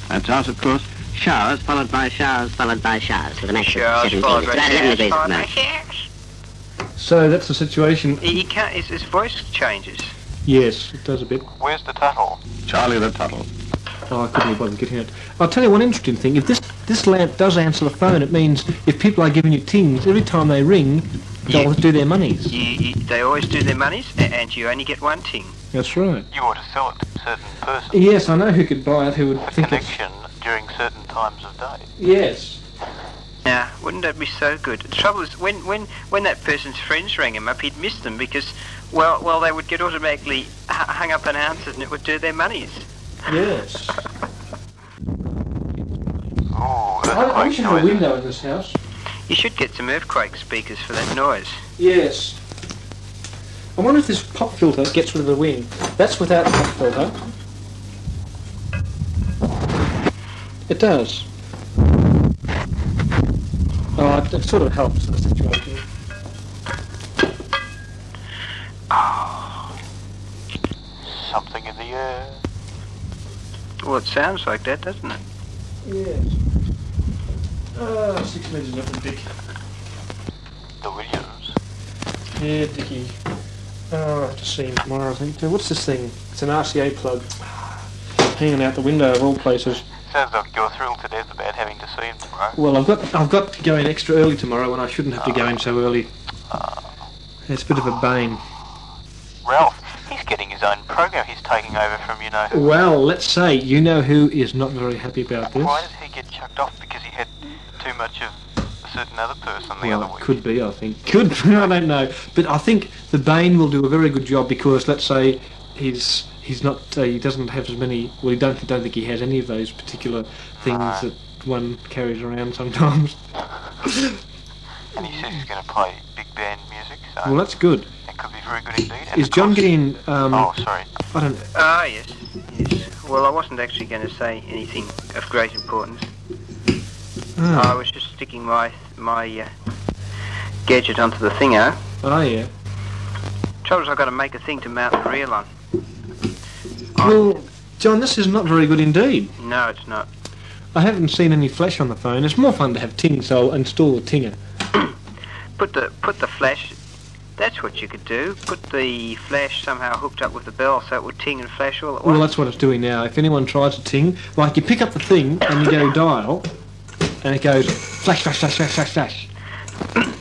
[SPEAKER 5] That's us, of course.
[SPEAKER 4] showers, followed by showers, followed by showers for the maximum
[SPEAKER 3] Showers,
[SPEAKER 4] 17.
[SPEAKER 3] followed
[SPEAKER 4] It's
[SPEAKER 3] by
[SPEAKER 4] about 11
[SPEAKER 3] showers,
[SPEAKER 4] degrees at
[SPEAKER 3] followed
[SPEAKER 4] the
[SPEAKER 3] by
[SPEAKER 4] moment.
[SPEAKER 3] showers.
[SPEAKER 1] So that's the situation.
[SPEAKER 3] He he can't. His, his voice changes.
[SPEAKER 1] Yes, it does a bit.
[SPEAKER 2] Where's the tuttle?
[SPEAKER 5] Charlie the Tuttle.
[SPEAKER 1] Oh, I couldn't be bothered getting it. I'll tell you one interesting thing. If this this lamp does answer the phone, it means if people are giving you tings every time they ring, they'll do their monies.
[SPEAKER 3] You, you, they always do their monies, a- and you only get one ting.
[SPEAKER 1] That's right.
[SPEAKER 2] You ought to sell it to a certain person
[SPEAKER 1] Yes, I know who could buy it. Who would
[SPEAKER 2] for
[SPEAKER 1] think it's
[SPEAKER 2] connection during certain times of day.
[SPEAKER 1] yes.
[SPEAKER 3] Now, wouldn't that be so good? The trouble is, when when when that person's friends rang him up, he'd miss them because, well, well, they would get automatically h- hung up and answered, and it would do their monies.
[SPEAKER 1] Yes.
[SPEAKER 2] Ooh,
[SPEAKER 1] I, we
[SPEAKER 2] earthquake
[SPEAKER 1] should have a
[SPEAKER 2] noises.
[SPEAKER 1] window in this house.
[SPEAKER 3] You should get some earthquake speakers for that noise.
[SPEAKER 1] Yes. I wonder if this pop filter gets rid of the wind. That's without the pop filter. It does. Oh, it, it sort of helps the situation.
[SPEAKER 2] Something in the air.
[SPEAKER 3] Well, it sounds like that, doesn't it?
[SPEAKER 1] Yes. Uh, six metres up the dick.
[SPEAKER 2] the Williams.
[SPEAKER 1] Yeah, Dicky. Oh, I have to see him tomorrow, I think. Too. What's this thing? It's an RCA plug. Hanging out the window of all places.
[SPEAKER 2] Sounds like you're thrilled to death about having to see him tomorrow.
[SPEAKER 1] Well, I've got I've got to go in extra early tomorrow when I shouldn't have to go in so early. It's a bit of a bane.
[SPEAKER 2] Ralph, he's getting his own program. He's taking over from you know who.
[SPEAKER 1] Well, let's say you know who is not very happy about this. Oh,
[SPEAKER 2] Why did he get chucked off? Because he had too much of a certain other person the other
[SPEAKER 1] Well,
[SPEAKER 2] week.
[SPEAKER 1] it could be, I think. [LAUGHS] Could be, I don't know. But I think the Bane will do a very good job because let's say he's he's not uh, he doesn't have as many. Well, he don't don't think he has any of those particular things that one carries around sometimes. [LAUGHS]
[SPEAKER 2] And he says he's going to play big band music, so
[SPEAKER 1] Well, that's good.
[SPEAKER 2] that could be very good indeed. And
[SPEAKER 1] Is
[SPEAKER 2] of
[SPEAKER 1] John
[SPEAKER 2] course-
[SPEAKER 1] getting? Um,
[SPEAKER 2] Oh, sorry.
[SPEAKER 1] I don't.
[SPEAKER 3] Ah, yes, yes. Well, I wasn't actually going to say anything of great importance. I
[SPEAKER 1] Oh,
[SPEAKER 3] was just sticking my my uh, gadget onto the thingo.
[SPEAKER 1] oh yeah.
[SPEAKER 3] Trouble is, I've got to make a thing to mount the reel on.
[SPEAKER 1] Well, John, this is not very good indeed.
[SPEAKER 3] No, it's not.
[SPEAKER 1] I haven't seen any flash on the phone. It's more fun to have ting, so I'll install the tinger.
[SPEAKER 3] Put the put the flash. That's what you could do. Put the flash somehow hooked up with the bell so it would ting and flash all at once.
[SPEAKER 1] Well, that's what it's doing now. If anyone tries to ting, like you pick up the thing and you go dial, and it goes flash, flash, flash, flash, flash, flash.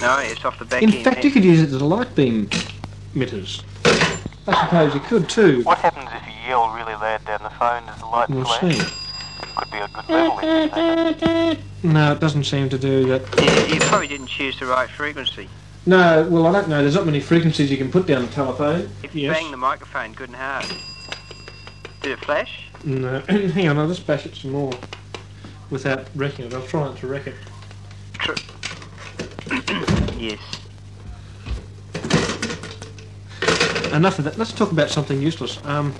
[SPEAKER 3] No, it's off the back
[SPEAKER 1] In
[SPEAKER 3] end.
[SPEAKER 1] fact, you could use it as a light beam emitters. I suppose you could too.
[SPEAKER 2] What happens if you yell really loud down the phone? Does the light
[SPEAKER 1] We'll
[SPEAKER 2] flash?
[SPEAKER 1] see.
[SPEAKER 2] Could be a good level indicator.
[SPEAKER 1] No, it doesn't seem to do that.
[SPEAKER 3] Yeah, you probably didn't choose the right frequency.
[SPEAKER 1] No, well, I don't know. There's not many frequencies you can put down the telephone.
[SPEAKER 3] If you
[SPEAKER 1] Yes.
[SPEAKER 3] bang the microphone good and hard. Did it flash?
[SPEAKER 1] No, [CLEARS THROAT] hang on, I'll just bash it some more without wrecking it. I'll try not to wreck it.
[SPEAKER 3] [COUGHS] Yes.
[SPEAKER 1] Enough of that. Let's talk about something useless. Um,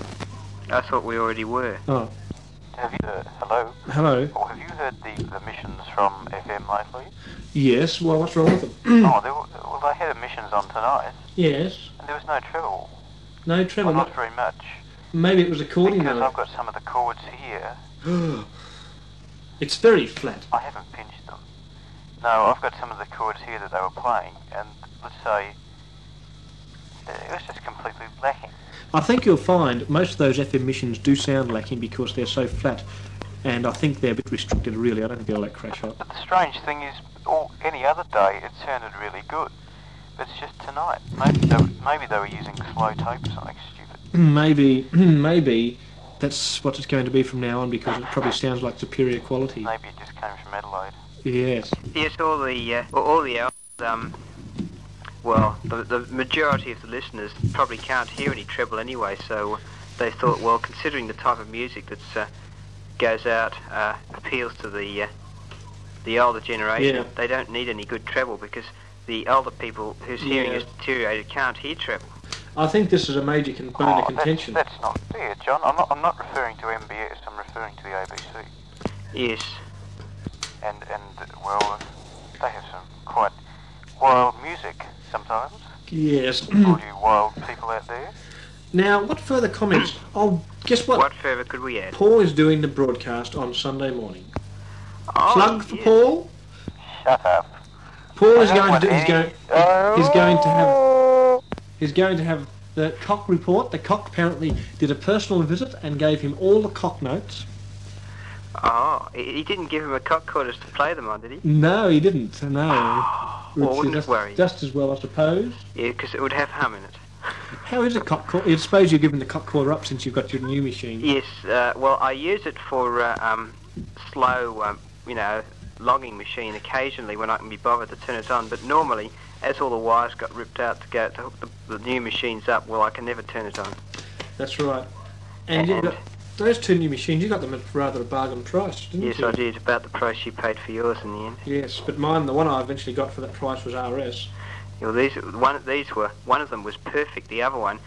[SPEAKER 3] I thought we already were.
[SPEAKER 1] oh,
[SPEAKER 2] Have you, uh, hello?
[SPEAKER 1] hello.
[SPEAKER 2] Or have you heard the, the missions from FM lately?
[SPEAKER 1] Yes. Well, what's wrong with them?
[SPEAKER 2] oh, there were, well, they had emissions on tonight,
[SPEAKER 1] Yes.
[SPEAKER 2] and there was no treble.
[SPEAKER 1] No, Trevor.
[SPEAKER 2] Well,
[SPEAKER 1] Not,
[SPEAKER 2] not very much.
[SPEAKER 1] maybe it was a cording
[SPEAKER 2] Because I've
[SPEAKER 1] though.
[SPEAKER 2] got some of the chords here.
[SPEAKER 1] it's very flat.
[SPEAKER 2] I haven't pinched them. No, I've got some of the chords here that they were playing, and let's say uh, it was just completely lacking.
[SPEAKER 1] I think you'll find most of those FM missions do sound lacking because they're so flat, and I think they're a bit restricted. Really, I don't think they're all that crash up.
[SPEAKER 2] But the strange thing is, all, any other day it sounded really good. But it's just tonight. Maybe they were, maybe they were using slow tape or something stupid.
[SPEAKER 1] [CLEARS THROAT] Maybe, [CLEARS THROAT] maybe that's what it's going to be from now on because it probably sounds like superior quality.
[SPEAKER 2] Maybe it just came from Adelaide.
[SPEAKER 1] Yes.
[SPEAKER 3] Yes, all the uh, all the old, um, well, the, the majority of the listeners probably can't hear any treble anyway, so they thought, well, considering the type of music that's uh, goes out uh, appeals to the uh, the older generation,
[SPEAKER 1] Yeah.
[SPEAKER 3] they don't need any good treble because the older people whose hearing
[SPEAKER 1] Yeah.
[SPEAKER 3] is deteriorated can't hear treble.
[SPEAKER 1] I think this is a major con- bone of
[SPEAKER 2] Oh, that's,
[SPEAKER 1] contention.
[SPEAKER 2] that's not fair, John. I'm not, I'm not referring to MBS. I'm referring to the ABC.
[SPEAKER 3] Yes,
[SPEAKER 2] And and well, they have some quite wild music sometimes.
[SPEAKER 1] Yes. [CLEARS THROAT]
[SPEAKER 2] All you wild people out there.
[SPEAKER 1] now, what further comments? Oh, guess what?
[SPEAKER 3] what further could we add?
[SPEAKER 1] Paul is doing the broadcast on Sunday morning.
[SPEAKER 3] Oh,
[SPEAKER 1] Plug for
[SPEAKER 3] yes.
[SPEAKER 1] Paul.
[SPEAKER 2] Shut up.
[SPEAKER 1] Paul is
[SPEAKER 2] I don't
[SPEAKER 1] going to
[SPEAKER 2] want
[SPEAKER 1] is going,
[SPEAKER 2] any- Oh.
[SPEAKER 1] is going to have is going to have the cock report. The cock apparently did a personal visit and gave him all the cock notes.
[SPEAKER 3] Oh, he he didn't give him a cock quarters to play them on, did he?
[SPEAKER 1] No, he didn't. No.
[SPEAKER 3] [GASPS] Well,
[SPEAKER 1] Which is
[SPEAKER 3] wouldn't it
[SPEAKER 1] just,
[SPEAKER 3] worry?
[SPEAKER 1] just as well, I suppose.
[SPEAKER 3] Yeah, because it would have hum in it.
[SPEAKER 1] How is a cock call? I suppose you're giving the cock caller up since you've got your new machine.
[SPEAKER 3] Yes, uh, well, I use it for uh, um, slow, um, you know, logging machine occasionally when I can be bothered to turn it on. But normally, as all the wires got ripped out to go to hook the, the new machines up, well, I can never turn it on.
[SPEAKER 1] That's right. And you've
[SPEAKER 3] Uh-huh.
[SPEAKER 1] got those two new machines. You got them at rather a bargain price, didn't
[SPEAKER 3] Yes,
[SPEAKER 1] you?
[SPEAKER 3] I did. About the price you paid for yours in the end.
[SPEAKER 1] Yes, but mine, the one I eventually got for that price was RS.
[SPEAKER 3] Well, these one of these were one of them was perfect. The other one,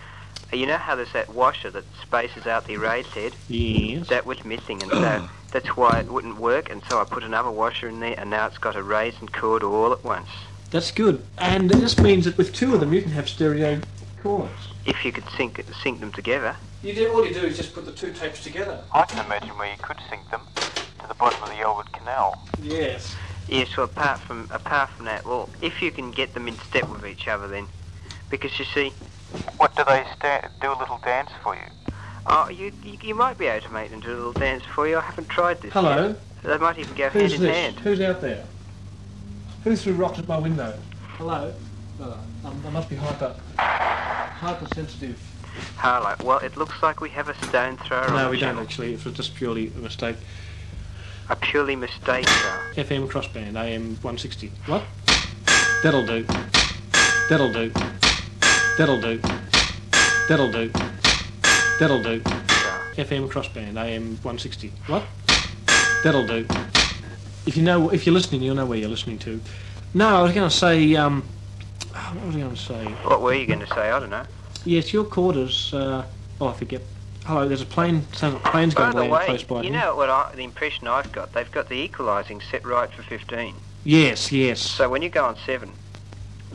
[SPEAKER 3] uh, you know how there's that washer that spaces out the erase head.
[SPEAKER 1] Yes.
[SPEAKER 3] That was missing, and so that's why it wouldn't work. And so I put another washer in there, and now it's got a raise and chord all at once.
[SPEAKER 1] That's good. And this means that with two of them, you can have stereo callers.
[SPEAKER 3] If you could sync sync them together.
[SPEAKER 1] You do, all you do is just put the two tapes together.
[SPEAKER 2] I can imagine where you could sink them to the bottom of the Elwood Canal.
[SPEAKER 1] Yes.
[SPEAKER 3] Yeah, so apart from apart from that, well, if you can get them in step with each other, then, because you see,
[SPEAKER 2] What do they sta- do? A little dance for you?
[SPEAKER 3] oh, you you, you might be able to make them do a little dance for you. I haven't tried this.
[SPEAKER 1] Hello,
[SPEAKER 3] yet. They might even go
[SPEAKER 1] who's
[SPEAKER 3] hand in
[SPEAKER 1] this?
[SPEAKER 3] hand.
[SPEAKER 1] Who's out there? Who threw rocks at my window?
[SPEAKER 6] Hello. Uh, I'm, I must be hyper, hypersensitive.
[SPEAKER 3] Harlow. Well, it looks like we have a stone thrower. on
[SPEAKER 1] No,
[SPEAKER 3] the
[SPEAKER 1] we don't
[SPEAKER 3] channel.
[SPEAKER 1] actually. It was just purely a mistake.
[SPEAKER 3] A purely mistake. Though.
[SPEAKER 1] FM crossband, AM 160. What? That'll do. That'll do. That'll do. That'll do. That'll do. FM crossband, AM 160. What? That'll do. If you know, if you're listening, you'll know where you're listening to. No, I was going to say. Um, oh, what was I going to say?
[SPEAKER 3] What were you going to say? I don't know.
[SPEAKER 1] Yes, your quarters. Uh, oh, I forget. Hello, there's a plane. Some plane's
[SPEAKER 3] By
[SPEAKER 1] going to
[SPEAKER 3] the
[SPEAKER 1] land
[SPEAKER 3] way,
[SPEAKER 1] close by.
[SPEAKER 3] you
[SPEAKER 1] here.
[SPEAKER 3] know what? I, the impression I've got, they've got the equalising set right for 15.
[SPEAKER 1] Yes, yes.
[SPEAKER 3] So when you go on seven,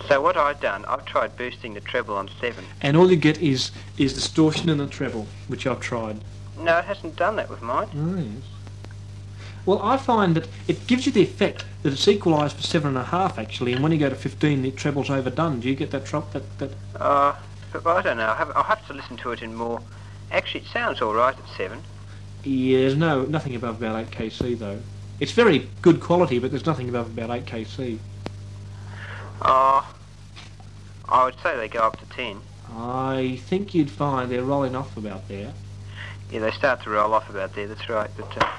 [SPEAKER 3] so what I've done, I've tried boosting the treble on seven.
[SPEAKER 1] and all you get is is distortion in the treble, which I've tried.
[SPEAKER 3] No, it hasn't done that with mine.
[SPEAKER 1] Well, I find that it gives you the effect that it's equalised for seven and a half actually, and when you go to fifteen, the treble's overdone. Do you get that trouble? That, that
[SPEAKER 3] Uh, but I don't know. I have, I'll have to listen to it in more. Actually, it sounds all right at seven.
[SPEAKER 1] yeah, there's no nothing above about eight kc though. It's very good quality, but there's nothing above about eight kc.
[SPEAKER 3] Uh, I would say they go up to ten.
[SPEAKER 1] I think you'd find they're rolling off about there.
[SPEAKER 3] Yeah, they start to roll off about there. That's right. But uh,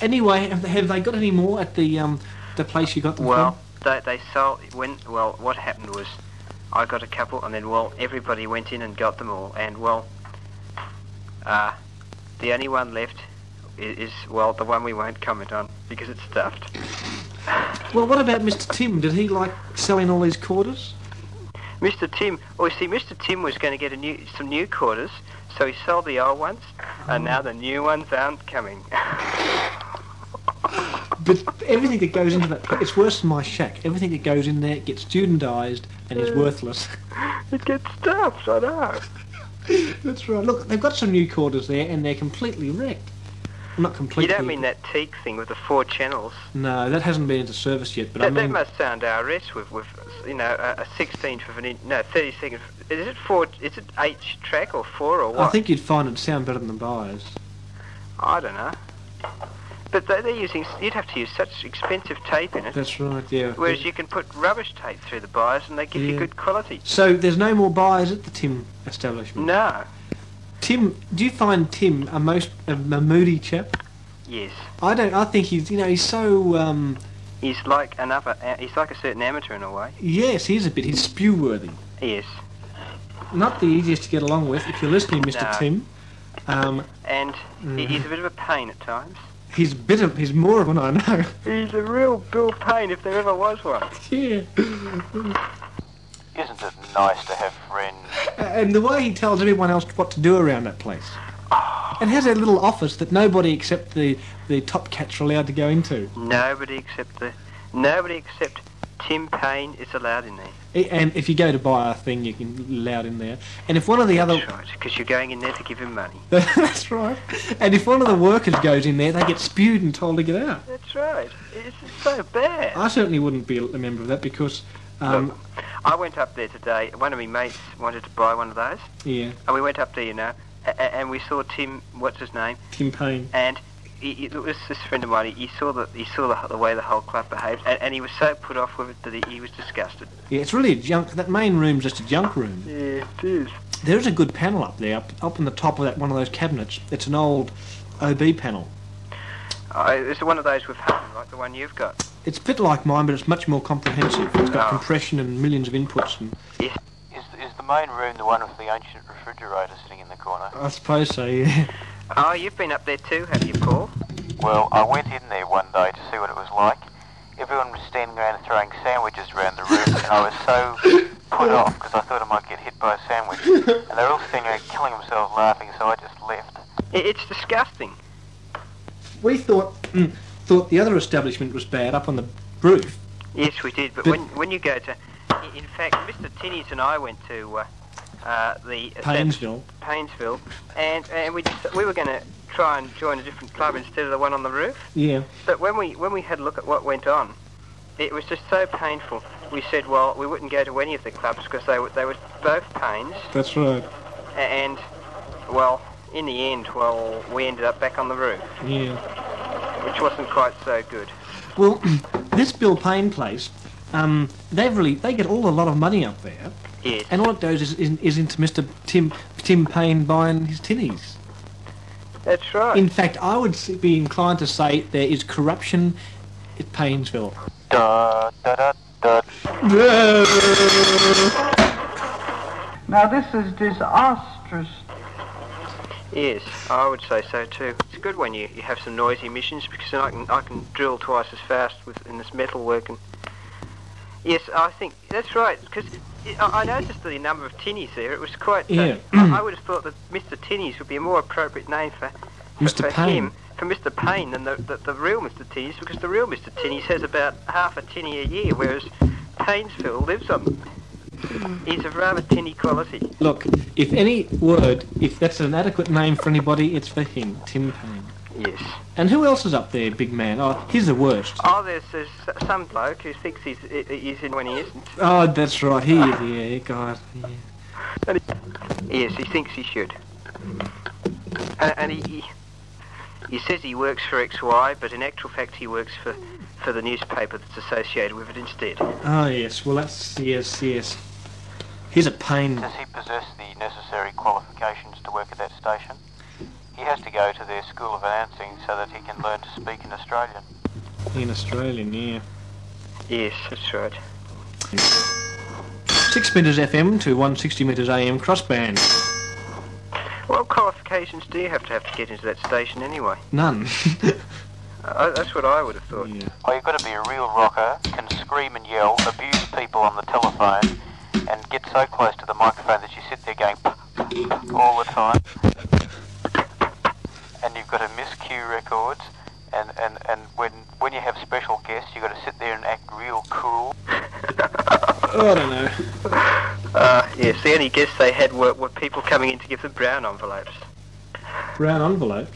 [SPEAKER 1] Anyway, have they, have they got any more at the um the place you got them
[SPEAKER 3] Well, they, they sold when. Well, what happened was, I got a couple, and then well, everybody went in and got them all, and well, uh, the only one left is, is well the one we won't comment on because it's stuffed.
[SPEAKER 1] from? Well, what about Mr. Tim? Did he like selling all these quarters?
[SPEAKER 3] Mr. Tim, oh, you see, Mr. Tim was going to get a new some new quarters, so he sold the old ones, and now the new ones aren't coming. [LAUGHS]
[SPEAKER 1] But everything that goes into that, it's worse than my shack. Everything that goes in there gets studentized and is worthless. [LAUGHS]
[SPEAKER 3] it gets stuffed. I know.
[SPEAKER 1] That's right. Look, they've got some new quarters there and they're completely wrecked. Well, not
[SPEAKER 3] You
[SPEAKER 1] completely.
[SPEAKER 3] don't mean that teak thing with the four channels.
[SPEAKER 1] No, that hasn't been into service yet, but
[SPEAKER 3] That,
[SPEAKER 1] I
[SPEAKER 3] that
[SPEAKER 1] mean.
[SPEAKER 3] must sound RS with, with you know, a, a 16th of an inch, no, 32nd. Is it four, is it eight track or four or what?
[SPEAKER 1] I think you'd find it sound better than the buyers.
[SPEAKER 3] I don't know. But they, they're using, you'd have to use such expensive tape in it,
[SPEAKER 1] That's right, yeah.
[SPEAKER 3] whereas you can put rubbish tape through the buyers and they give
[SPEAKER 1] Yeah.
[SPEAKER 3] you good quality.
[SPEAKER 1] So there's no more buyers at the Tim establishment.
[SPEAKER 3] No.
[SPEAKER 1] Tim, do you find Tim a most a, a moody chap?
[SPEAKER 3] Yes.
[SPEAKER 1] I don't. I think he's you know he's so um,
[SPEAKER 3] He's like another, uh, he's like a certain amateur in a way.
[SPEAKER 1] yes he is a bit he's spew worthy.
[SPEAKER 3] Yes.
[SPEAKER 1] Not the easiest to get along with. If you're listening, Mr.
[SPEAKER 3] No.
[SPEAKER 1] Tim, um,
[SPEAKER 3] And he he's a bit of a pain at times.
[SPEAKER 1] He's bit of he's more of one I know. [LAUGHS]
[SPEAKER 3] He's a real Bill Payne if there ever was one.
[SPEAKER 1] yeah.
[SPEAKER 2] Isn't it nice to have friends?
[SPEAKER 1] And the way he tells everyone else what to do around that place. And has a little office that nobody except the, the top cats are allowed to go into.
[SPEAKER 3] Nobody except the, nobody except Tim Payne is allowed in there.
[SPEAKER 1] I- E, And if you go to buy a thing, you can loud in there. And if one of the other
[SPEAKER 3] That's right, because you're going in there to give him money.
[SPEAKER 1] [LAUGHS] that's right. And if one of the workers goes in there, they get spewed and told to get out.
[SPEAKER 3] That's right. It's so bad.
[SPEAKER 1] I certainly wouldn't be a member of that because, um,
[SPEAKER 3] I went up there today. One of my mates wanted to buy one of those,
[SPEAKER 1] yeah,
[SPEAKER 3] and we went up there, you know, a- a- and we saw Tim. What's his name?
[SPEAKER 1] Tim Payne.
[SPEAKER 3] And he, he, it was this friend of mine. He, he saw the he saw the, the way the whole club behaved, and, and he was so put off with it that he, he was disgusted.
[SPEAKER 1] Yeah, it's really a junk. That main room's just a junk room.
[SPEAKER 3] Yeah, it is.
[SPEAKER 1] There is a good panel up there, up, up on the top of that one of those cabinets. It's an old OB panel.
[SPEAKER 3] I, it's Uh, one of those with Hutton, like the one you've got.
[SPEAKER 1] It's a bit like mine, but it's much more comprehensive. It's got
[SPEAKER 3] Ah.
[SPEAKER 1] compression and millions of inputs, and
[SPEAKER 2] Is, is the main room the one with the ancient refrigerator sitting in the corner?
[SPEAKER 1] I suppose so. Yeah. [LAUGHS]
[SPEAKER 3] Oh, you've been up there too, have you, Paul?
[SPEAKER 2] Well, I went in there one day to see what it was like. Everyone was standing around throwing sandwiches around the room, and I was so put off because I thought I might get hit by a sandwich. And they're all standing around killing themselves laughing, so I just left.
[SPEAKER 3] It, it's disgusting.
[SPEAKER 1] We thought mm, thought the other establishment was bad up on the roof.
[SPEAKER 3] Yes, we did. But
[SPEAKER 1] But-
[SPEAKER 3] when when you go to, i- in fact, Mr. Tinnies and I went to uh, uh, the
[SPEAKER 1] Painesville.
[SPEAKER 3] Painesville, and and we just, we were going to try and join a different club instead of the one on the roof.
[SPEAKER 1] Yeah.
[SPEAKER 3] But when we when we had a look at what went on, It was just so painful. We said, well, we wouldn't go to any of the clubs because they were they were both pains,
[SPEAKER 1] That's right.
[SPEAKER 3] a- and well, in the end, well, we ended up back on the roof,
[SPEAKER 1] Yeah.
[SPEAKER 3] which wasn't quite so good.
[SPEAKER 1] Well, [CLEARS THROAT] this Bill Payne place, um, they've really they get all a lot of money up there,
[SPEAKER 3] Yes.
[SPEAKER 1] and all it goes is, is, is into Mr. Tim Tim Payne buying his tinnies.
[SPEAKER 3] That's right.
[SPEAKER 1] In fact, I would s- be inclined to say there is corruption at Paynesville.
[SPEAKER 2] Da, da, da, da.
[SPEAKER 7] Now this is disastrous.
[SPEAKER 3] Yes, I would say so too. It's good when you, you have some noisy emissions because then I can I can drill twice as fast with in this metal work and. Yes, I think that's right because I I noticed the number of tinnies there. It was quite. uh,
[SPEAKER 1] Yeah.
[SPEAKER 3] I I would have thought that Mr. Tinnies would be a more appropriate name for, for,
[SPEAKER 1] Mr.
[SPEAKER 3] for
[SPEAKER 1] Payne.
[SPEAKER 3] him for Mr. Payne than the, the the real Mr. Tinnies because the real Mr. Tinnies has about half a tinny a year, whereas Paynesville lives on. He's of rather tinny quality.
[SPEAKER 1] Look, if any word, if that's an adequate name for anybody, it's for him, Tim Payne.
[SPEAKER 3] Yes.
[SPEAKER 1] And who else is up there, big man? Oh, he's the worst.
[SPEAKER 3] Oh, there's, there's s- some bloke who thinks he's, he- he's in when he isn't.
[SPEAKER 1] Oh, that's right. He is. Yeah, God. Yeah.
[SPEAKER 3] Yes, he thinks he should. And, and he, he he says he works for XY, but in actual fact he works for, for the newspaper that's associated with it instead.
[SPEAKER 1] Oh yes. Well, that's yes, yes. He's a pain.
[SPEAKER 2] Does he possess the necessary qualifications to work at that station? He has to go to their school of announcing so that he can learn to speak in Australian.
[SPEAKER 1] In Australian, yeah.
[SPEAKER 3] Yes, that's right.
[SPEAKER 1] Six meters FM to 160 meters AM crossband.
[SPEAKER 3] What qualifications do you have to have to get into that station anyway?
[SPEAKER 1] None. [LAUGHS]
[SPEAKER 3] Uh, that's what I would have thought.
[SPEAKER 1] yeah.
[SPEAKER 2] Well, you've got to be a real rocker, can scream and yell, abuse people on the telephone, and get so close to the microphone that you sit there going all the time. And you've got to miss cue records, and, and, and when, when you have special guests, you've got to sit there and act real cool.
[SPEAKER 1] Oh, I don't know.
[SPEAKER 3] Uh, yes, the only guests they had were, were people coming in to give them brown envelopes
[SPEAKER 1] Brown envelopes.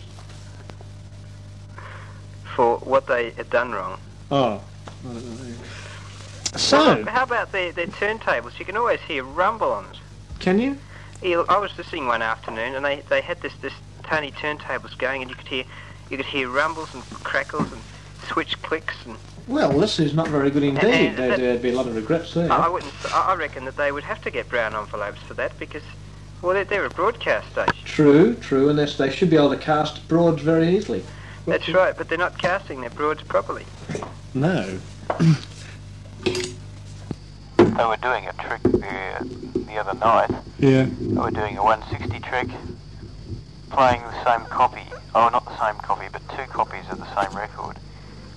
[SPEAKER 3] for what they had done wrong.
[SPEAKER 1] Oh. I don't know.
[SPEAKER 3] Well,
[SPEAKER 1] So,
[SPEAKER 3] how about their, their turntables? You can always hear rumble on them.
[SPEAKER 1] can you?
[SPEAKER 3] Yeah, I was listening one afternoon, and they, they had this this tiny turntables going, and you could hear you could hear rumbles and crackles and switch clicks, and
[SPEAKER 1] Well, this is not very good indeed.
[SPEAKER 3] indeed.
[SPEAKER 1] There'd,
[SPEAKER 3] There'd- there'd
[SPEAKER 1] be a lot of regrets there.
[SPEAKER 3] I I wouldn't. I I reckon that they would have to get brown envelopes for that because, well, they're, they're a broadcast station.
[SPEAKER 1] True, true, and they should be able to cast broads very easily.
[SPEAKER 3] That's right, but they're not casting their broads properly.
[SPEAKER 1] No.
[SPEAKER 2] They were doing a trick the, the other night.
[SPEAKER 1] Yeah.
[SPEAKER 2] They were doing a 160 trick, playing the same copy, oh, not the same copy, but two copies of the same record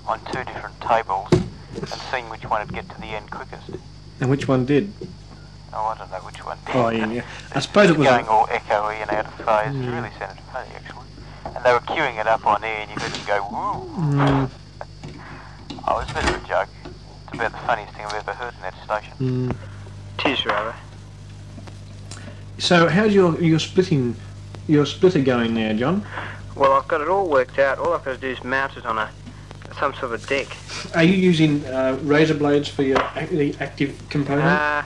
[SPEAKER 2] on two different tables and seeing which one would get to the end quickest.
[SPEAKER 1] And which one did?
[SPEAKER 2] Oh, I don't know which one.
[SPEAKER 1] Oh, yeah.
[SPEAKER 2] [LAUGHS]
[SPEAKER 1] yeah. I suppose it was.
[SPEAKER 2] Going all echoey and out of phase. It really sounded funny, actually. And they were queuing it up on air, and you heard them go, woo.
[SPEAKER 1] Mm,
[SPEAKER 2] Oh, it's a bit of a joke. It's about the funniest thing I've ever heard in that station.
[SPEAKER 1] mm.
[SPEAKER 3] Tis rather.
[SPEAKER 1] So, how's your your splitting your splitter going now, John?
[SPEAKER 3] Well, I've got it all worked out. All I've got to do is mount it on a some sort of a deck.
[SPEAKER 1] Are you using uh, razor blades for your ac- the active component?
[SPEAKER 3] Uh,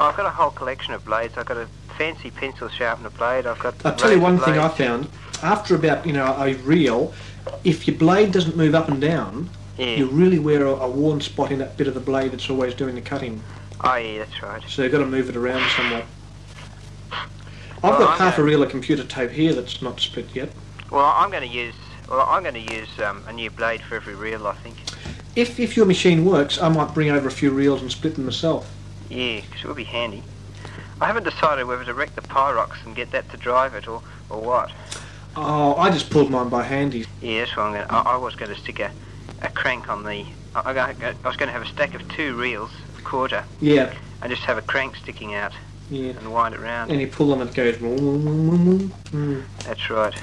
[SPEAKER 3] I've got a whole collection of blades. I've got a fancy pencil sharpener blade. I've got.
[SPEAKER 1] I'll tell you
[SPEAKER 3] razor
[SPEAKER 1] one thing
[SPEAKER 3] blades.
[SPEAKER 1] I found. After about you know a reel, if your blade doesn't move up and down,
[SPEAKER 3] Yeah.
[SPEAKER 1] you really wear a, a worn spot in that bit of the blade that's always doing the cutting.
[SPEAKER 3] Oh, yeah, that's right.
[SPEAKER 1] So you've got to move it around somewhat. I've
[SPEAKER 3] Well,
[SPEAKER 1] got
[SPEAKER 3] I'm
[SPEAKER 1] half a
[SPEAKER 3] gonna-
[SPEAKER 1] reel of computer tape here that's not split yet.
[SPEAKER 3] Well, I'm going to use. Well, I'm going to use um, a new blade for every reel. I think.
[SPEAKER 1] If if your machine works, I might bring over a few reels and split them myself.
[SPEAKER 3] Yeah, 'cause it will be handy. I haven't decided whether to wreck the Pyrox and get that to drive it or, or what.
[SPEAKER 1] Oh, I just pulled mine by handy.
[SPEAKER 3] Yeah, that's what I'm going. to... I was going to stick a, a crank on the. I, I got- I was going to have a stack of two reels, a quarter,
[SPEAKER 1] Yeah,
[SPEAKER 3] and just have a crank sticking out
[SPEAKER 1] yeah.
[SPEAKER 3] and wind it round.
[SPEAKER 1] And you pull them and it goes. "Vroom, vroom, vroom, vroom." Mm.
[SPEAKER 3] That's right.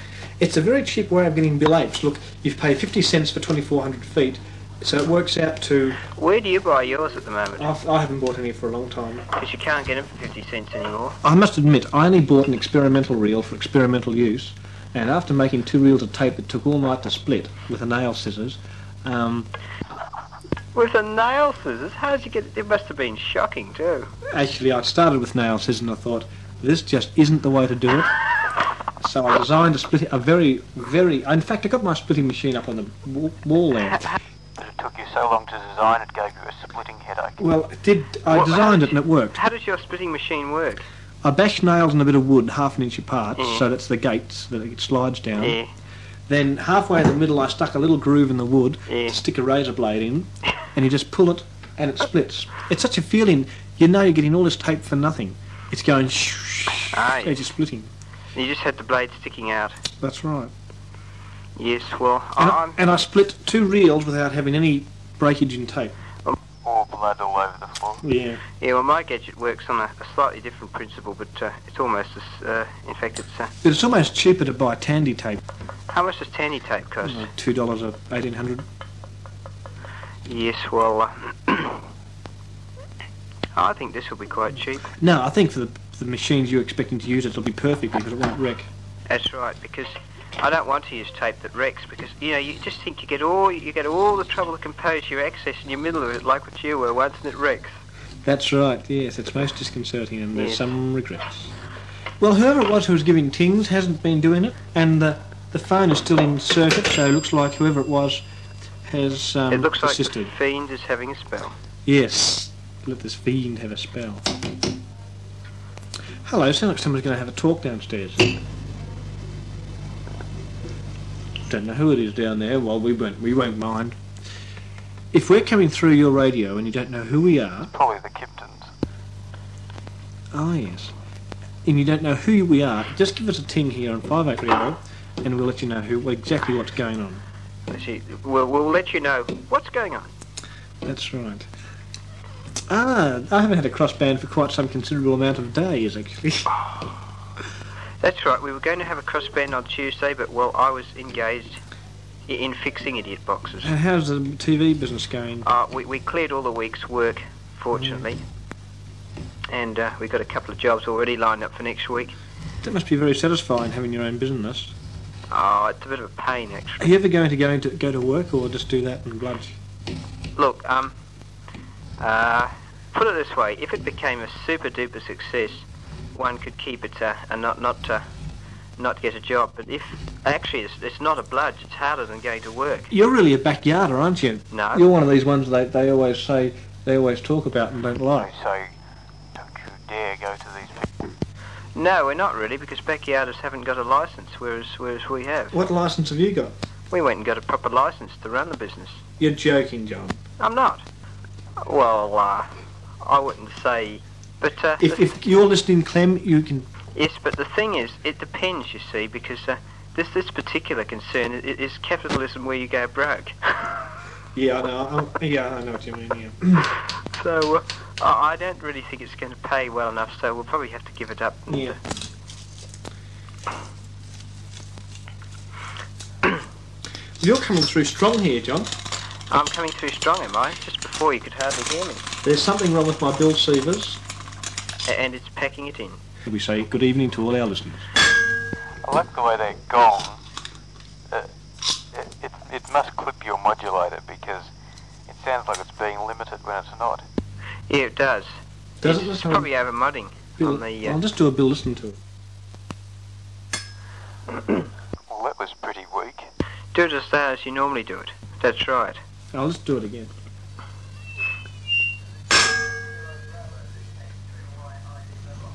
[SPEAKER 1] It's a very cheap way of getting bill apes. Look, you've paid 50 cents for 2,400 feet, so it works out to.
[SPEAKER 3] Where do you buy yours at the moment?
[SPEAKER 1] I've, I haven't bought any for a long time.
[SPEAKER 3] Because you can't get them for fifty cents anymore.
[SPEAKER 1] I must admit, I only bought an experimental reel for experimental use, and after making two reels of tape that took all night to split with a nail scissors, um,
[SPEAKER 3] With the nail scissors? How did you get it? It must have been shocking too.
[SPEAKER 1] Actually, I started with nail scissors and I thought, this just isn't the way to do it. So I designed a split, a very, very. In fact, I got my splitting machine up on the wa- wall there.
[SPEAKER 2] But it took you so long to design, it gave you a splitting headache.
[SPEAKER 1] Well, it did I
[SPEAKER 3] Well,
[SPEAKER 1] designed it and it worked?
[SPEAKER 3] How does your splitting machine work?
[SPEAKER 1] I bashed nails in a bit of wood, half an inch apart,
[SPEAKER 3] Mm.
[SPEAKER 1] so that's the gates that it slides down.
[SPEAKER 3] Yeah.
[SPEAKER 1] Then halfway in the middle, I stuck a little groove in the wood
[SPEAKER 3] Yeah.
[SPEAKER 1] to stick a razor blade in, and you just pull it, and it splits. It's such a feeling. You know, you're getting all this tape for nothing. It's going. shh, shh,
[SPEAKER 3] Aye.
[SPEAKER 1] As you're splitting.
[SPEAKER 3] You just had the blade sticking out.
[SPEAKER 1] That's right.
[SPEAKER 3] Yes, well,
[SPEAKER 1] And,
[SPEAKER 3] I, I'm
[SPEAKER 1] I, and I split two reels without having any breakage in tape.
[SPEAKER 2] Or blood all over the floor.
[SPEAKER 1] Yeah.
[SPEAKER 3] Yeah, well, my gadget works on a, a slightly different principle, but uh, it's almost as. Uh, in fact, it's. Uh,
[SPEAKER 1] But it's almost cheaper to buy Tandy tape.
[SPEAKER 3] how much does tandy tape cost?
[SPEAKER 1] Like Two dollars or eighteen hundred.
[SPEAKER 3] Yes, well. Uh, [CLEARS THROAT] I think this will be quite cheap.
[SPEAKER 1] No, I think for the, the machines you're expecting to use, it'll be perfect because it won't wreck.
[SPEAKER 3] That's right, because I don't want to use tape that wrecks, because you know you just think you get all you get all the trouble to compose your access in the middle of it, like what you were once, and it wrecks.
[SPEAKER 1] That's right, yes, it's most disconcerting and there's
[SPEAKER 3] Yes.
[SPEAKER 1] some regrets. Well, whoever it was who was giving tings hasn't been doing it, and the, the phone is still in circuit, so it looks like whoever it was has um,
[SPEAKER 3] it looks like
[SPEAKER 1] assisted.
[SPEAKER 3] the fiend is having a spell.
[SPEAKER 1] Yes, let this fiend have a spell. Hello, sounds like someone's going to have a talk downstairs. Don't know who it is down there. Well, we won't, we won't mind. If we're coming through your radio and you don't know who we are,
[SPEAKER 2] Probably the Kiptons.
[SPEAKER 1] Ah, yes. And you don't know who we are, just give us a ting here on 5830 and we'll let you know who exactly what's going on.
[SPEAKER 3] Actually, We'll, we'll let you know what's going on.
[SPEAKER 1] That's right. Ah, I haven't had a crossband for quite some considerable amount of days, actually. [LAUGHS]
[SPEAKER 3] That's right. We were going to have a crossband on Tuesday, but well, I was engaged i- in fixing idiot boxes.
[SPEAKER 1] And how's the TV business going?
[SPEAKER 3] Uh, we, we cleared all the week's work, fortunately, and uh, we've got a couple of jobs already lined up for next week.
[SPEAKER 1] That must be very satisfying having your own business.
[SPEAKER 3] Oh, it's a bit of a pain actually.
[SPEAKER 1] Are you ever going to go into go to work or just do that and bludge?
[SPEAKER 3] Look, um, uh, put it this way: if it became a super duper success, one could keep it uh, and not not uh, not get a job. But if actually it's, it's not a bludge, it's harder than going to work.
[SPEAKER 1] You're really a backyarder, aren't you?
[SPEAKER 3] No.
[SPEAKER 1] You're one of these ones they they always say they always talk about and don't
[SPEAKER 2] They
[SPEAKER 1] like.
[SPEAKER 2] say, don't you dare go to these people.
[SPEAKER 3] No, we're not really, because backyarders haven't got a license, whereas whereas we have.
[SPEAKER 1] What license have you got?
[SPEAKER 3] We went and got a proper license to run the business.
[SPEAKER 1] You're joking, John.
[SPEAKER 3] I'm not. Well, uh, I wouldn't say, but uh,
[SPEAKER 1] If, if you're listening, Clem, you can
[SPEAKER 3] yes, but the thing is, it depends, you see, because uh, this this particular concern i- i- is capitalism where you go broke. [LAUGHS]
[SPEAKER 1] Yeah, I know. i yeah, I know what you mean. Yeah.
[SPEAKER 3] So uh, I I don't really think it's going to pay well enough. So we'll probably have to give it up. and,
[SPEAKER 1] Yeah. [CLEARS THROAT] You're coming through strong here, John.
[SPEAKER 3] uh, I'm coming through strong, am I? Just before you could hardly hear me,
[SPEAKER 1] There's something wrong with my Bill Sievers.
[SPEAKER 3] A- and it's packing it in.
[SPEAKER 1] We say good evening to all our listeners.
[SPEAKER 2] I like the way they're gone. Uh, it, it, it must clip your modulator because it sounds like it's being limited when it's not.
[SPEAKER 3] Yeah, it does.
[SPEAKER 1] Does
[SPEAKER 3] it's
[SPEAKER 1] it sound-
[SPEAKER 3] probably over mudding
[SPEAKER 1] Bill,
[SPEAKER 3] on the. Uh,
[SPEAKER 1] I'll just do a Bill listen to it.
[SPEAKER 2] Well, that was pretty weak.
[SPEAKER 3] do it as though as you normally do it. That's right.
[SPEAKER 1] I'll just do it again.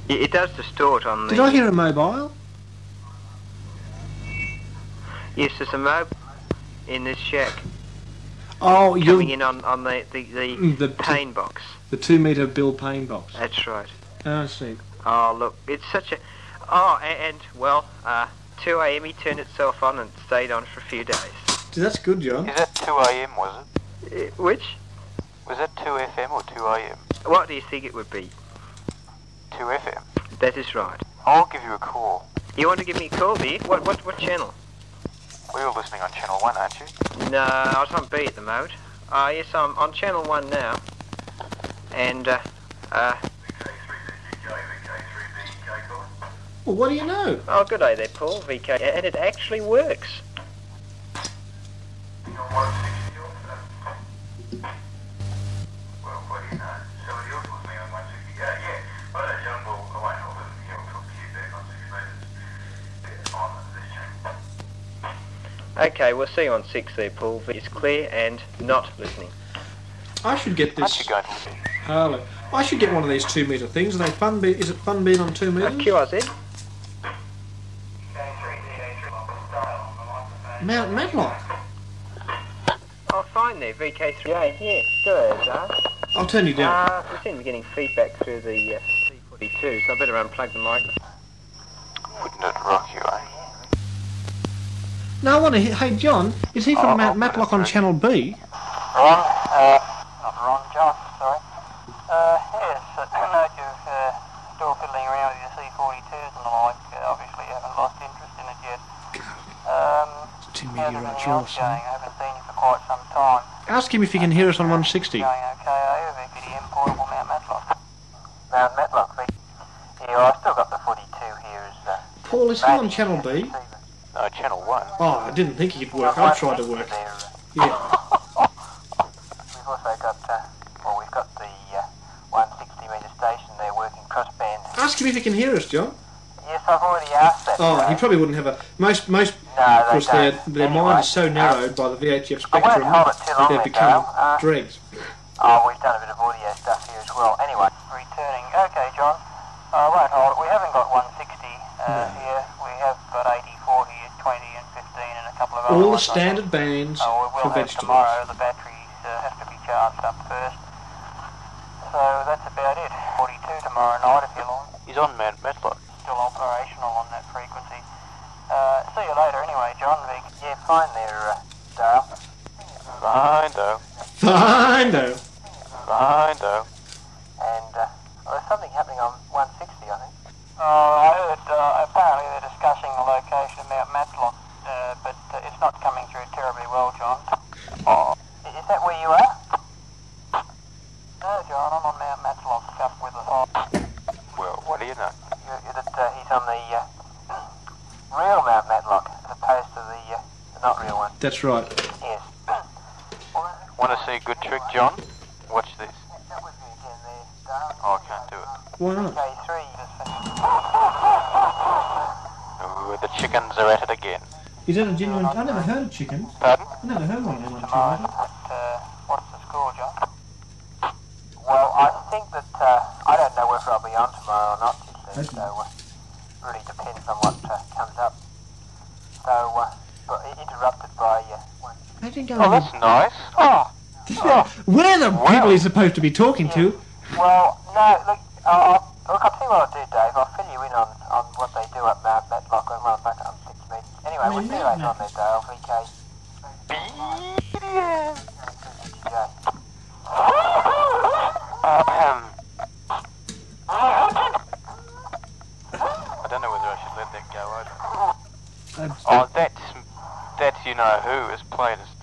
[SPEAKER 3] It, it does distort on the.
[SPEAKER 1] Did I hear a mobile?
[SPEAKER 3] Yes, there's a mob in this shack
[SPEAKER 1] Oh,
[SPEAKER 3] coming
[SPEAKER 1] you're
[SPEAKER 3] in on, on the, the, the,
[SPEAKER 1] Mm, the-
[SPEAKER 3] pain box.
[SPEAKER 1] the two metre Bill Payne box.
[SPEAKER 3] That's right.
[SPEAKER 1] Oh, I see.
[SPEAKER 3] Oh, look, it's such a. Oh, a- and, well, uh, 2 a.m. he turned itself on and stayed on for a few days.
[SPEAKER 1] Gee, That's good, John.
[SPEAKER 2] Is that 2 a.m., was it?
[SPEAKER 3] Uh, Which?
[SPEAKER 2] Was that 2 FM or 2 a.m.?
[SPEAKER 3] What do you think it would be?
[SPEAKER 2] 2 FM.
[SPEAKER 3] That is right.
[SPEAKER 2] I'll give you a call.
[SPEAKER 3] You want to give me a call, do you? What, what, what channel?
[SPEAKER 2] We were listening on Channel 1, aren't you?
[SPEAKER 3] No, I was on B at the moment. Uh, yes, I'm on channel 1 now. And, uh, uh,
[SPEAKER 1] Well, what do you know?
[SPEAKER 3] oh, good day there, Paul, VK. And it actually works. Okay, we'll see you on 6th, Paul. It's clear and not listening.
[SPEAKER 1] I should get
[SPEAKER 8] Aren't you
[SPEAKER 1] this.
[SPEAKER 8] going to be?
[SPEAKER 1] Harlow. I should get one of these two metre things. Are they fun? Be- is it fun being on two
[SPEAKER 3] Uh,
[SPEAKER 1] metres?
[SPEAKER 3] QRZ?
[SPEAKER 1] Mount Matlock.
[SPEAKER 3] Oh, fine there, VK3A. Yeah, sure, Zar.
[SPEAKER 1] I'll turn you down.
[SPEAKER 3] Uh, we seem to be getting feedback through the uh, C42, so I better unplug the mic.
[SPEAKER 8] Wouldn't it rock you, eh?
[SPEAKER 1] No, I want to. Hey, John, is he from Mount Matlock on Channel B?
[SPEAKER 2] Ron, uh, not Ron, John, sorry. Uh, yes, I know you're uh, still fiddling around with your C-42s and the like. Uh, obviously you haven't lost interest in it yet. Um,
[SPEAKER 1] Two
[SPEAKER 2] how's
[SPEAKER 1] meteorites,
[SPEAKER 2] everything
[SPEAKER 1] you're
[SPEAKER 2] else going? I haven't seen you for quite some time.
[SPEAKER 1] Ask him if he can hear us on 160.
[SPEAKER 2] Going okay over GDM portable Mount Matlock. Mount Matlock, see? Yeah, I've still got the 42 here as... Uh,
[SPEAKER 1] Paul, is he on Channel B?
[SPEAKER 8] No, Channel 1.
[SPEAKER 1] Oh, I didn't think he could work. I tried to work.
[SPEAKER 2] There, uh,
[SPEAKER 1] Yeah.
[SPEAKER 2] [LAUGHS] We've also got, uh, well, we've got the uh, 160 metre station there working crossband.
[SPEAKER 1] Ask him if he can hear us, John.
[SPEAKER 2] Yes, I've already asked that.
[SPEAKER 1] Oh, he
[SPEAKER 2] uh,
[SPEAKER 1] probably wouldn't have a. Most, most,
[SPEAKER 2] No,
[SPEAKER 1] of
[SPEAKER 2] they
[SPEAKER 1] course, their,
[SPEAKER 2] don't.
[SPEAKER 1] their
[SPEAKER 2] Anyway,
[SPEAKER 1] mind is so
[SPEAKER 2] um,
[SPEAKER 1] narrowed by the VHF
[SPEAKER 2] I won't hold it too
[SPEAKER 1] spectrum that
[SPEAKER 2] long, Miguel.
[SPEAKER 1] they've become
[SPEAKER 2] Uh,
[SPEAKER 1] dregs.
[SPEAKER 2] Oh, we've done a bit of audio stuff here as well. Anyway, returning. Okay, John. I won't hold it. We haven't got 160 uh, here. We have got 84 here, 20 and 15 and a couple of other
[SPEAKER 1] All the
[SPEAKER 2] ones, I think.
[SPEAKER 1] standard bands
[SPEAKER 2] Oh, we will have
[SPEAKER 1] for vegetables.
[SPEAKER 2] tomorrow. The batteries uh, have to be charged up first. So that's about it. 42 tomorrow night if you want.
[SPEAKER 8] He's on Mount Matlock.
[SPEAKER 2] still operational on that frequency. Uh, see you later anyway, John. Vic. Yeah, fine there, uh, Dale.
[SPEAKER 8] Bindo.
[SPEAKER 1] I know.
[SPEAKER 8] Bindo.
[SPEAKER 2] And, uh, well, there's something happening on 160, I think. Oh, I heard, uh, apparently they're discussing the location of Mount Matlock, uh, but uh, it's not coming through terribly well, John. Oh. Is that where you are? No, John, I'm on Mount Matlock, up with the thought
[SPEAKER 8] Well, what do you know?
[SPEAKER 2] you- that uh, he's on the, uh, [CLEARS THROAT] real Mount Matlock, as opposed to the, uh, the not real one.
[SPEAKER 1] That's right.
[SPEAKER 2] Yes.
[SPEAKER 8] Want to see a good trick, John? Watch this. Oh, I can't do it.
[SPEAKER 1] Why not?
[SPEAKER 8] Ooh, the chickens are at it again.
[SPEAKER 1] Is that a genuine? I never heard of chicken.
[SPEAKER 8] Pardon?
[SPEAKER 1] I never heard one on
[SPEAKER 2] Alright,
[SPEAKER 1] chicken.
[SPEAKER 2] but, uh, what's the score, John? Well, I think that, uh, I don't know whether I'll be on tomorrow or not, you see,
[SPEAKER 1] Okay.
[SPEAKER 2] so uh, really depends on what uh, comes up. So, uh, but i- interrupted by, uh, one.
[SPEAKER 1] Imagine
[SPEAKER 8] Oh,
[SPEAKER 1] going.
[SPEAKER 8] that's nice.
[SPEAKER 2] Oh,
[SPEAKER 1] Where the
[SPEAKER 8] Wow.
[SPEAKER 1] people he's supposed to be talking to?
[SPEAKER 2] well, no, look, I'll, I'll- look, I'll tell you what I'll do, Dave. I'll fill you in on, on what they do at Mount Matlock when we're back on six metres. Anyway, we'll see you later on there, Dale, VK. Yeah.
[SPEAKER 8] Ahem. I don't know whether I should let that go either. Oh, that's that's you know who has played us
[SPEAKER 2] [LAUGHS]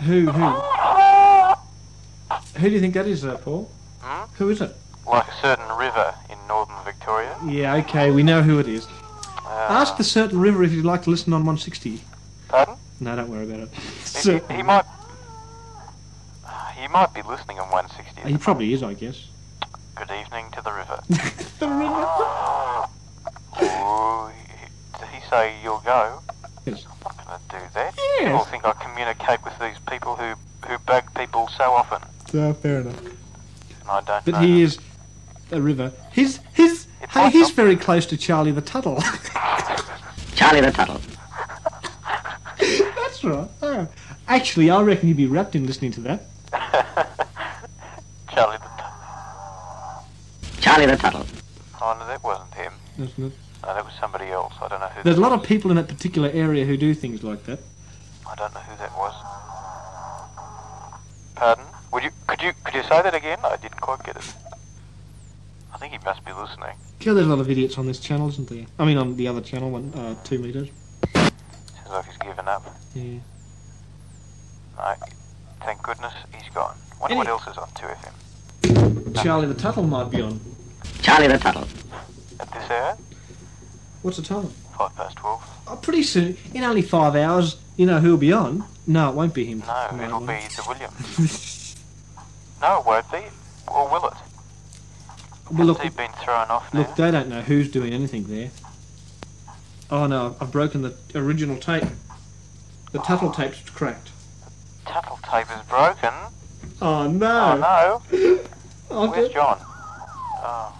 [SPEAKER 8] day.
[SPEAKER 1] Who? Who? Who do you think that is, uh, Paul?
[SPEAKER 8] Hmm?
[SPEAKER 1] Who is it?
[SPEAKER 8] Like a certain river in northern Victoria.
[SPEAKER 1] Yeah, okay, we know who it is.
[SPEAKER 8] Uh,
[SPEAKER 1] Ask the certain river if you'd like to listen on 160.
[SPEAKER 8] Pardon?
[SPEAKER 1] No, don't worry about [LAUGHS] it.
[SPEAKER 8] He-
[SPEAKER 1] So,
[SPEAKER 8] he, he might. He might be listening on 160.
[SPEAKER 1] he probably is, I guess.
[SPEAKER 8] Good evening to the river. [LAUGHS]
[SPEAKER 1] The river.
[SPEAKER 8] Ooh, he- did he say you'll go?
[SPEAKER 1] Yes.
[SPEAKER 8] I'm not gonna do that.
[SPEAKER 1] Yes.
[SPEAKER 8] People think I communicate with these people who who bug people so often,
[SPEAKER 1] No, fair enough.
[SPEAKER 8] and I don't.
[SPEAKER 1] But
[SPEAKER 8] know
[SPEAKER 1] he is a river. He's he's
[SPEAKER 8] It's
[SPEAKER 1] hey,
[SPEAKER 8] like
[SPEAKER 1] he's
[SPEAKER 8] some-
[SPEAKER 1] very close to Charlie the Tuttle. [LAUGHS]
[SPEAKER 4] Charlie the Tuttle.
[SPEAKER 1] That's right. Oh. Actually, I reckon he'd be wrapped in listening to that.
[SPEAKER 8] [LAUGHS] Charlie the. T-
[SPEAKER 4] Charlie the Tuttle.
[SPEAKER 8] oh no, that wasn't him.
[SPEAKER 1] Isn't it?
[SPEAKER 8] No, that was somebody else. I don't know who.
[SPEAKER 1] There's a
[SPEAKER 8] that
[SPEAKER 1] lot of
[SPEAKER 8] was.
[SPEAKER 1] people in that particular area who do things like that.
[SPEAKER 8] I don't know who that was. Pardon? Would you? Could you? Could you say that again? I didn't quite get it. I think he must be listening.
[SPEAKER 1] Yeah, there's a lot of idiots on this channel, isn't there? I mean, on the other channel, one uh, two meters.
[SPEAKER 8] Sounds like he's given up.
[SPEAKER 1] Yeah.
[SPEAKER 8] No, thank goodness he's gone. Wonder what
[SPEAKER 1] Any-
[SPEAKER 8] else is on 2FM
[SPEAKER 1] Charlie the Tuttle might be on.
[SPEAKER 4] Charlie the Tuttle.
[SPEAKER 8] at this hour.
[SPEAKER 1] What's the time?
[SPEAKER 8] Five past twelve.
[SPEAKER 1] Oh, pretty soon, in only five hours, you know who'll be on. No, it won't be him.
[SPEAKER 8] No, it'll
[SPEAKER 1] it
[SPEAKER 8] be
[SPEAKER 1] won't.
[SPEAKER 8] the William.
[SPEAKER 1] [LAUGHS]
[SPEAKER 8] no, it won't be. Or will it?
[SPEAKER 1] Well, look,
[SPEAKER 8] Has he been thrown off now?
[SPEAKER 1] look, they don't know who's doing anything there. Oh no, I've broken the original tape. The tuttle tape's cracked.
[SPEAKER 2] Tattle tape is broken.
[SPEAKER 1] Oh no!
[SPEAKER 2] Oh no.
[SPEAKER 1] Oh,
[SPEAKER 2] Where's
[SPEAKER 1] d-
[SPEAKER 2] John? Oh,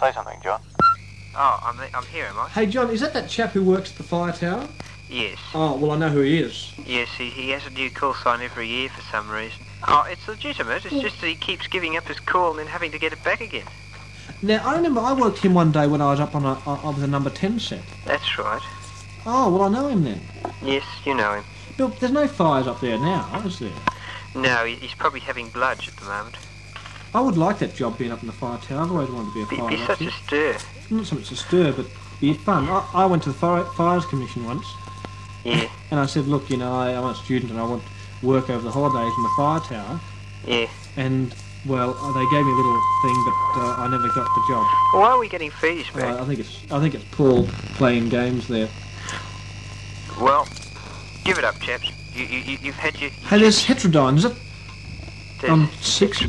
[SPEAKER 2] say something, John.
[SPEAKER 3] Oh, I'm, I'm here, am I?
[SPEAKER 1] Hey John, is that that chap who works at the fire tower?
[SPEAKER 3] Yes.
[SPEAKER 1] Oh well, I know who he is.
[SPEAKER 3] Yes, he, he has a new call sign every year for some reason. Oh, it's legitimate. It's just that he keeps giving up his call and then having to get it back again.
[SPEAKER 1] Now I remember I worked him one day when I was up on a, I I was a number ten set.
[SPEAKER 3] That's right.
[SPEAKER 1] Oh well, I know him then.
[SPEAKER 3] Yes, you know him.
[SPEAKER 1] Bill, there's no fires up there now, is there?
[SPEAKER 3] No, he- he's probably having bludge at the moment.
[SPEAKER 1] I would like that job being up in the fire tower. I've always wanted to be a
[SPEAKER 3] Be,
[SPEAKER 1] fire
[SPEAKER 3] be such a
[SPEAKER 1] officer.
[SPEAKER 3] stir.
[SPEAKER 1] Not so much a stir, but be fun. I, I went to the fire, fires commission once,
[SPEAKER 3] Yeah,
[SPEAKER 1] and I said, look, you know, I, I'm a student and I want work over the holidays in the fire tower.
[SPEAKER 3] yeah.
[SPEAKER 1] And well, uh, they gave me a little thing, but uh, I never got the job.
[SPEAKER 3] Why are we getting fees back?
[SPEAKER 1] Uh, I think it's I think it's Paul playing games there.
[SPEAKER 3] Well, give it up, chaps. You, you, you- you've had your...
[SPEAKER 1] Hey, there's heterodyne. Is it
[SPEAKER 3] there's-
[SPEAKER 1] on six?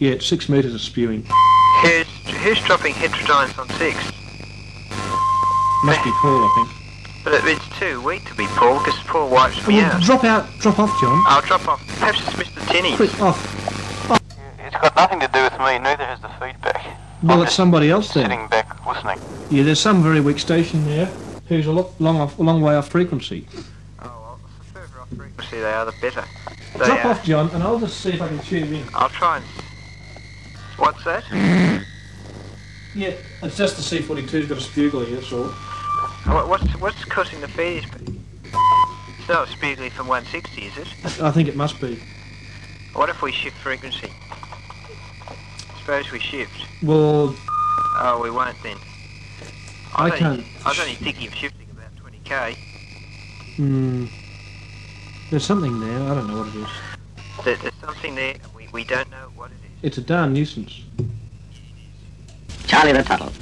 [SPEAKER 1] Yeah, it's six metres of spewing.
[SPEAKER 3] Who's, who's dropping heterodynes on six?
[SPEAKER 1] Must be Paul, I think.
[SPEAKER 3] But it, it's too weak to be Paul, because Paul wipes me
[SPEAKER 1] Well,
[SPEAKER 3] out.
[SPEAKER 1] drop out, drop off, John.
[SPEAKER 3] I'll drop off. Perhaps it's Mr. Tinney.
[SPEAKER 1] Quick, off.
[SPEAKER 2] It's got nothing to do with me. Neither has the feedback.
[SPEAKER 1] Well,
[SPEAKER 2] I'm
[SPEAKER 1] it's
[SPEAKER 2] just
[SPEAKER 1] somebody else then.
[SPEAKER 2] Sitting back, listening.
[SPEAKER 1] Yeah, there's some very weak station there who's a lot, long off, a long way off frequency.
[SPEAKER 3] Oh, well, the further off frequency they are, the better. They
[SPEAKER 1] Drop
[SPEAKER 3] are.
[SPEAKER 1] off, John, and I'll just see if I can tune in.
[SPEAKER 3] I'll try and... What's that?
[SPEAKER 1] Yeah, it's just the C42's got a spugly, that's all.
[SPEAKER 3] What, what's, what's causing the fees? It's not spugly from 160, is it?
[SPEAKER 1] I think it must be.
[SPEAKER 3] What if we shift frequency? Suppose we shift.
[SPEAKER 1] Well,
[SPEAKER 3] Oh, we won't then.
[SPEAKER 1] I
[SPEAKER 3] was
[SPEAKER 1] can't.
[SPEAKER 3] only- I was only thinking of shifting about 20k.
[SPEAKER 1] Hmm. There's something there. I don't know what it is.
[SPEAKER 3] There, there's something there. We, we don't know what it is.
[SPEAKER 1] It's a darn nuisance.
[SPEAKER 4] Charlie the Tuttle.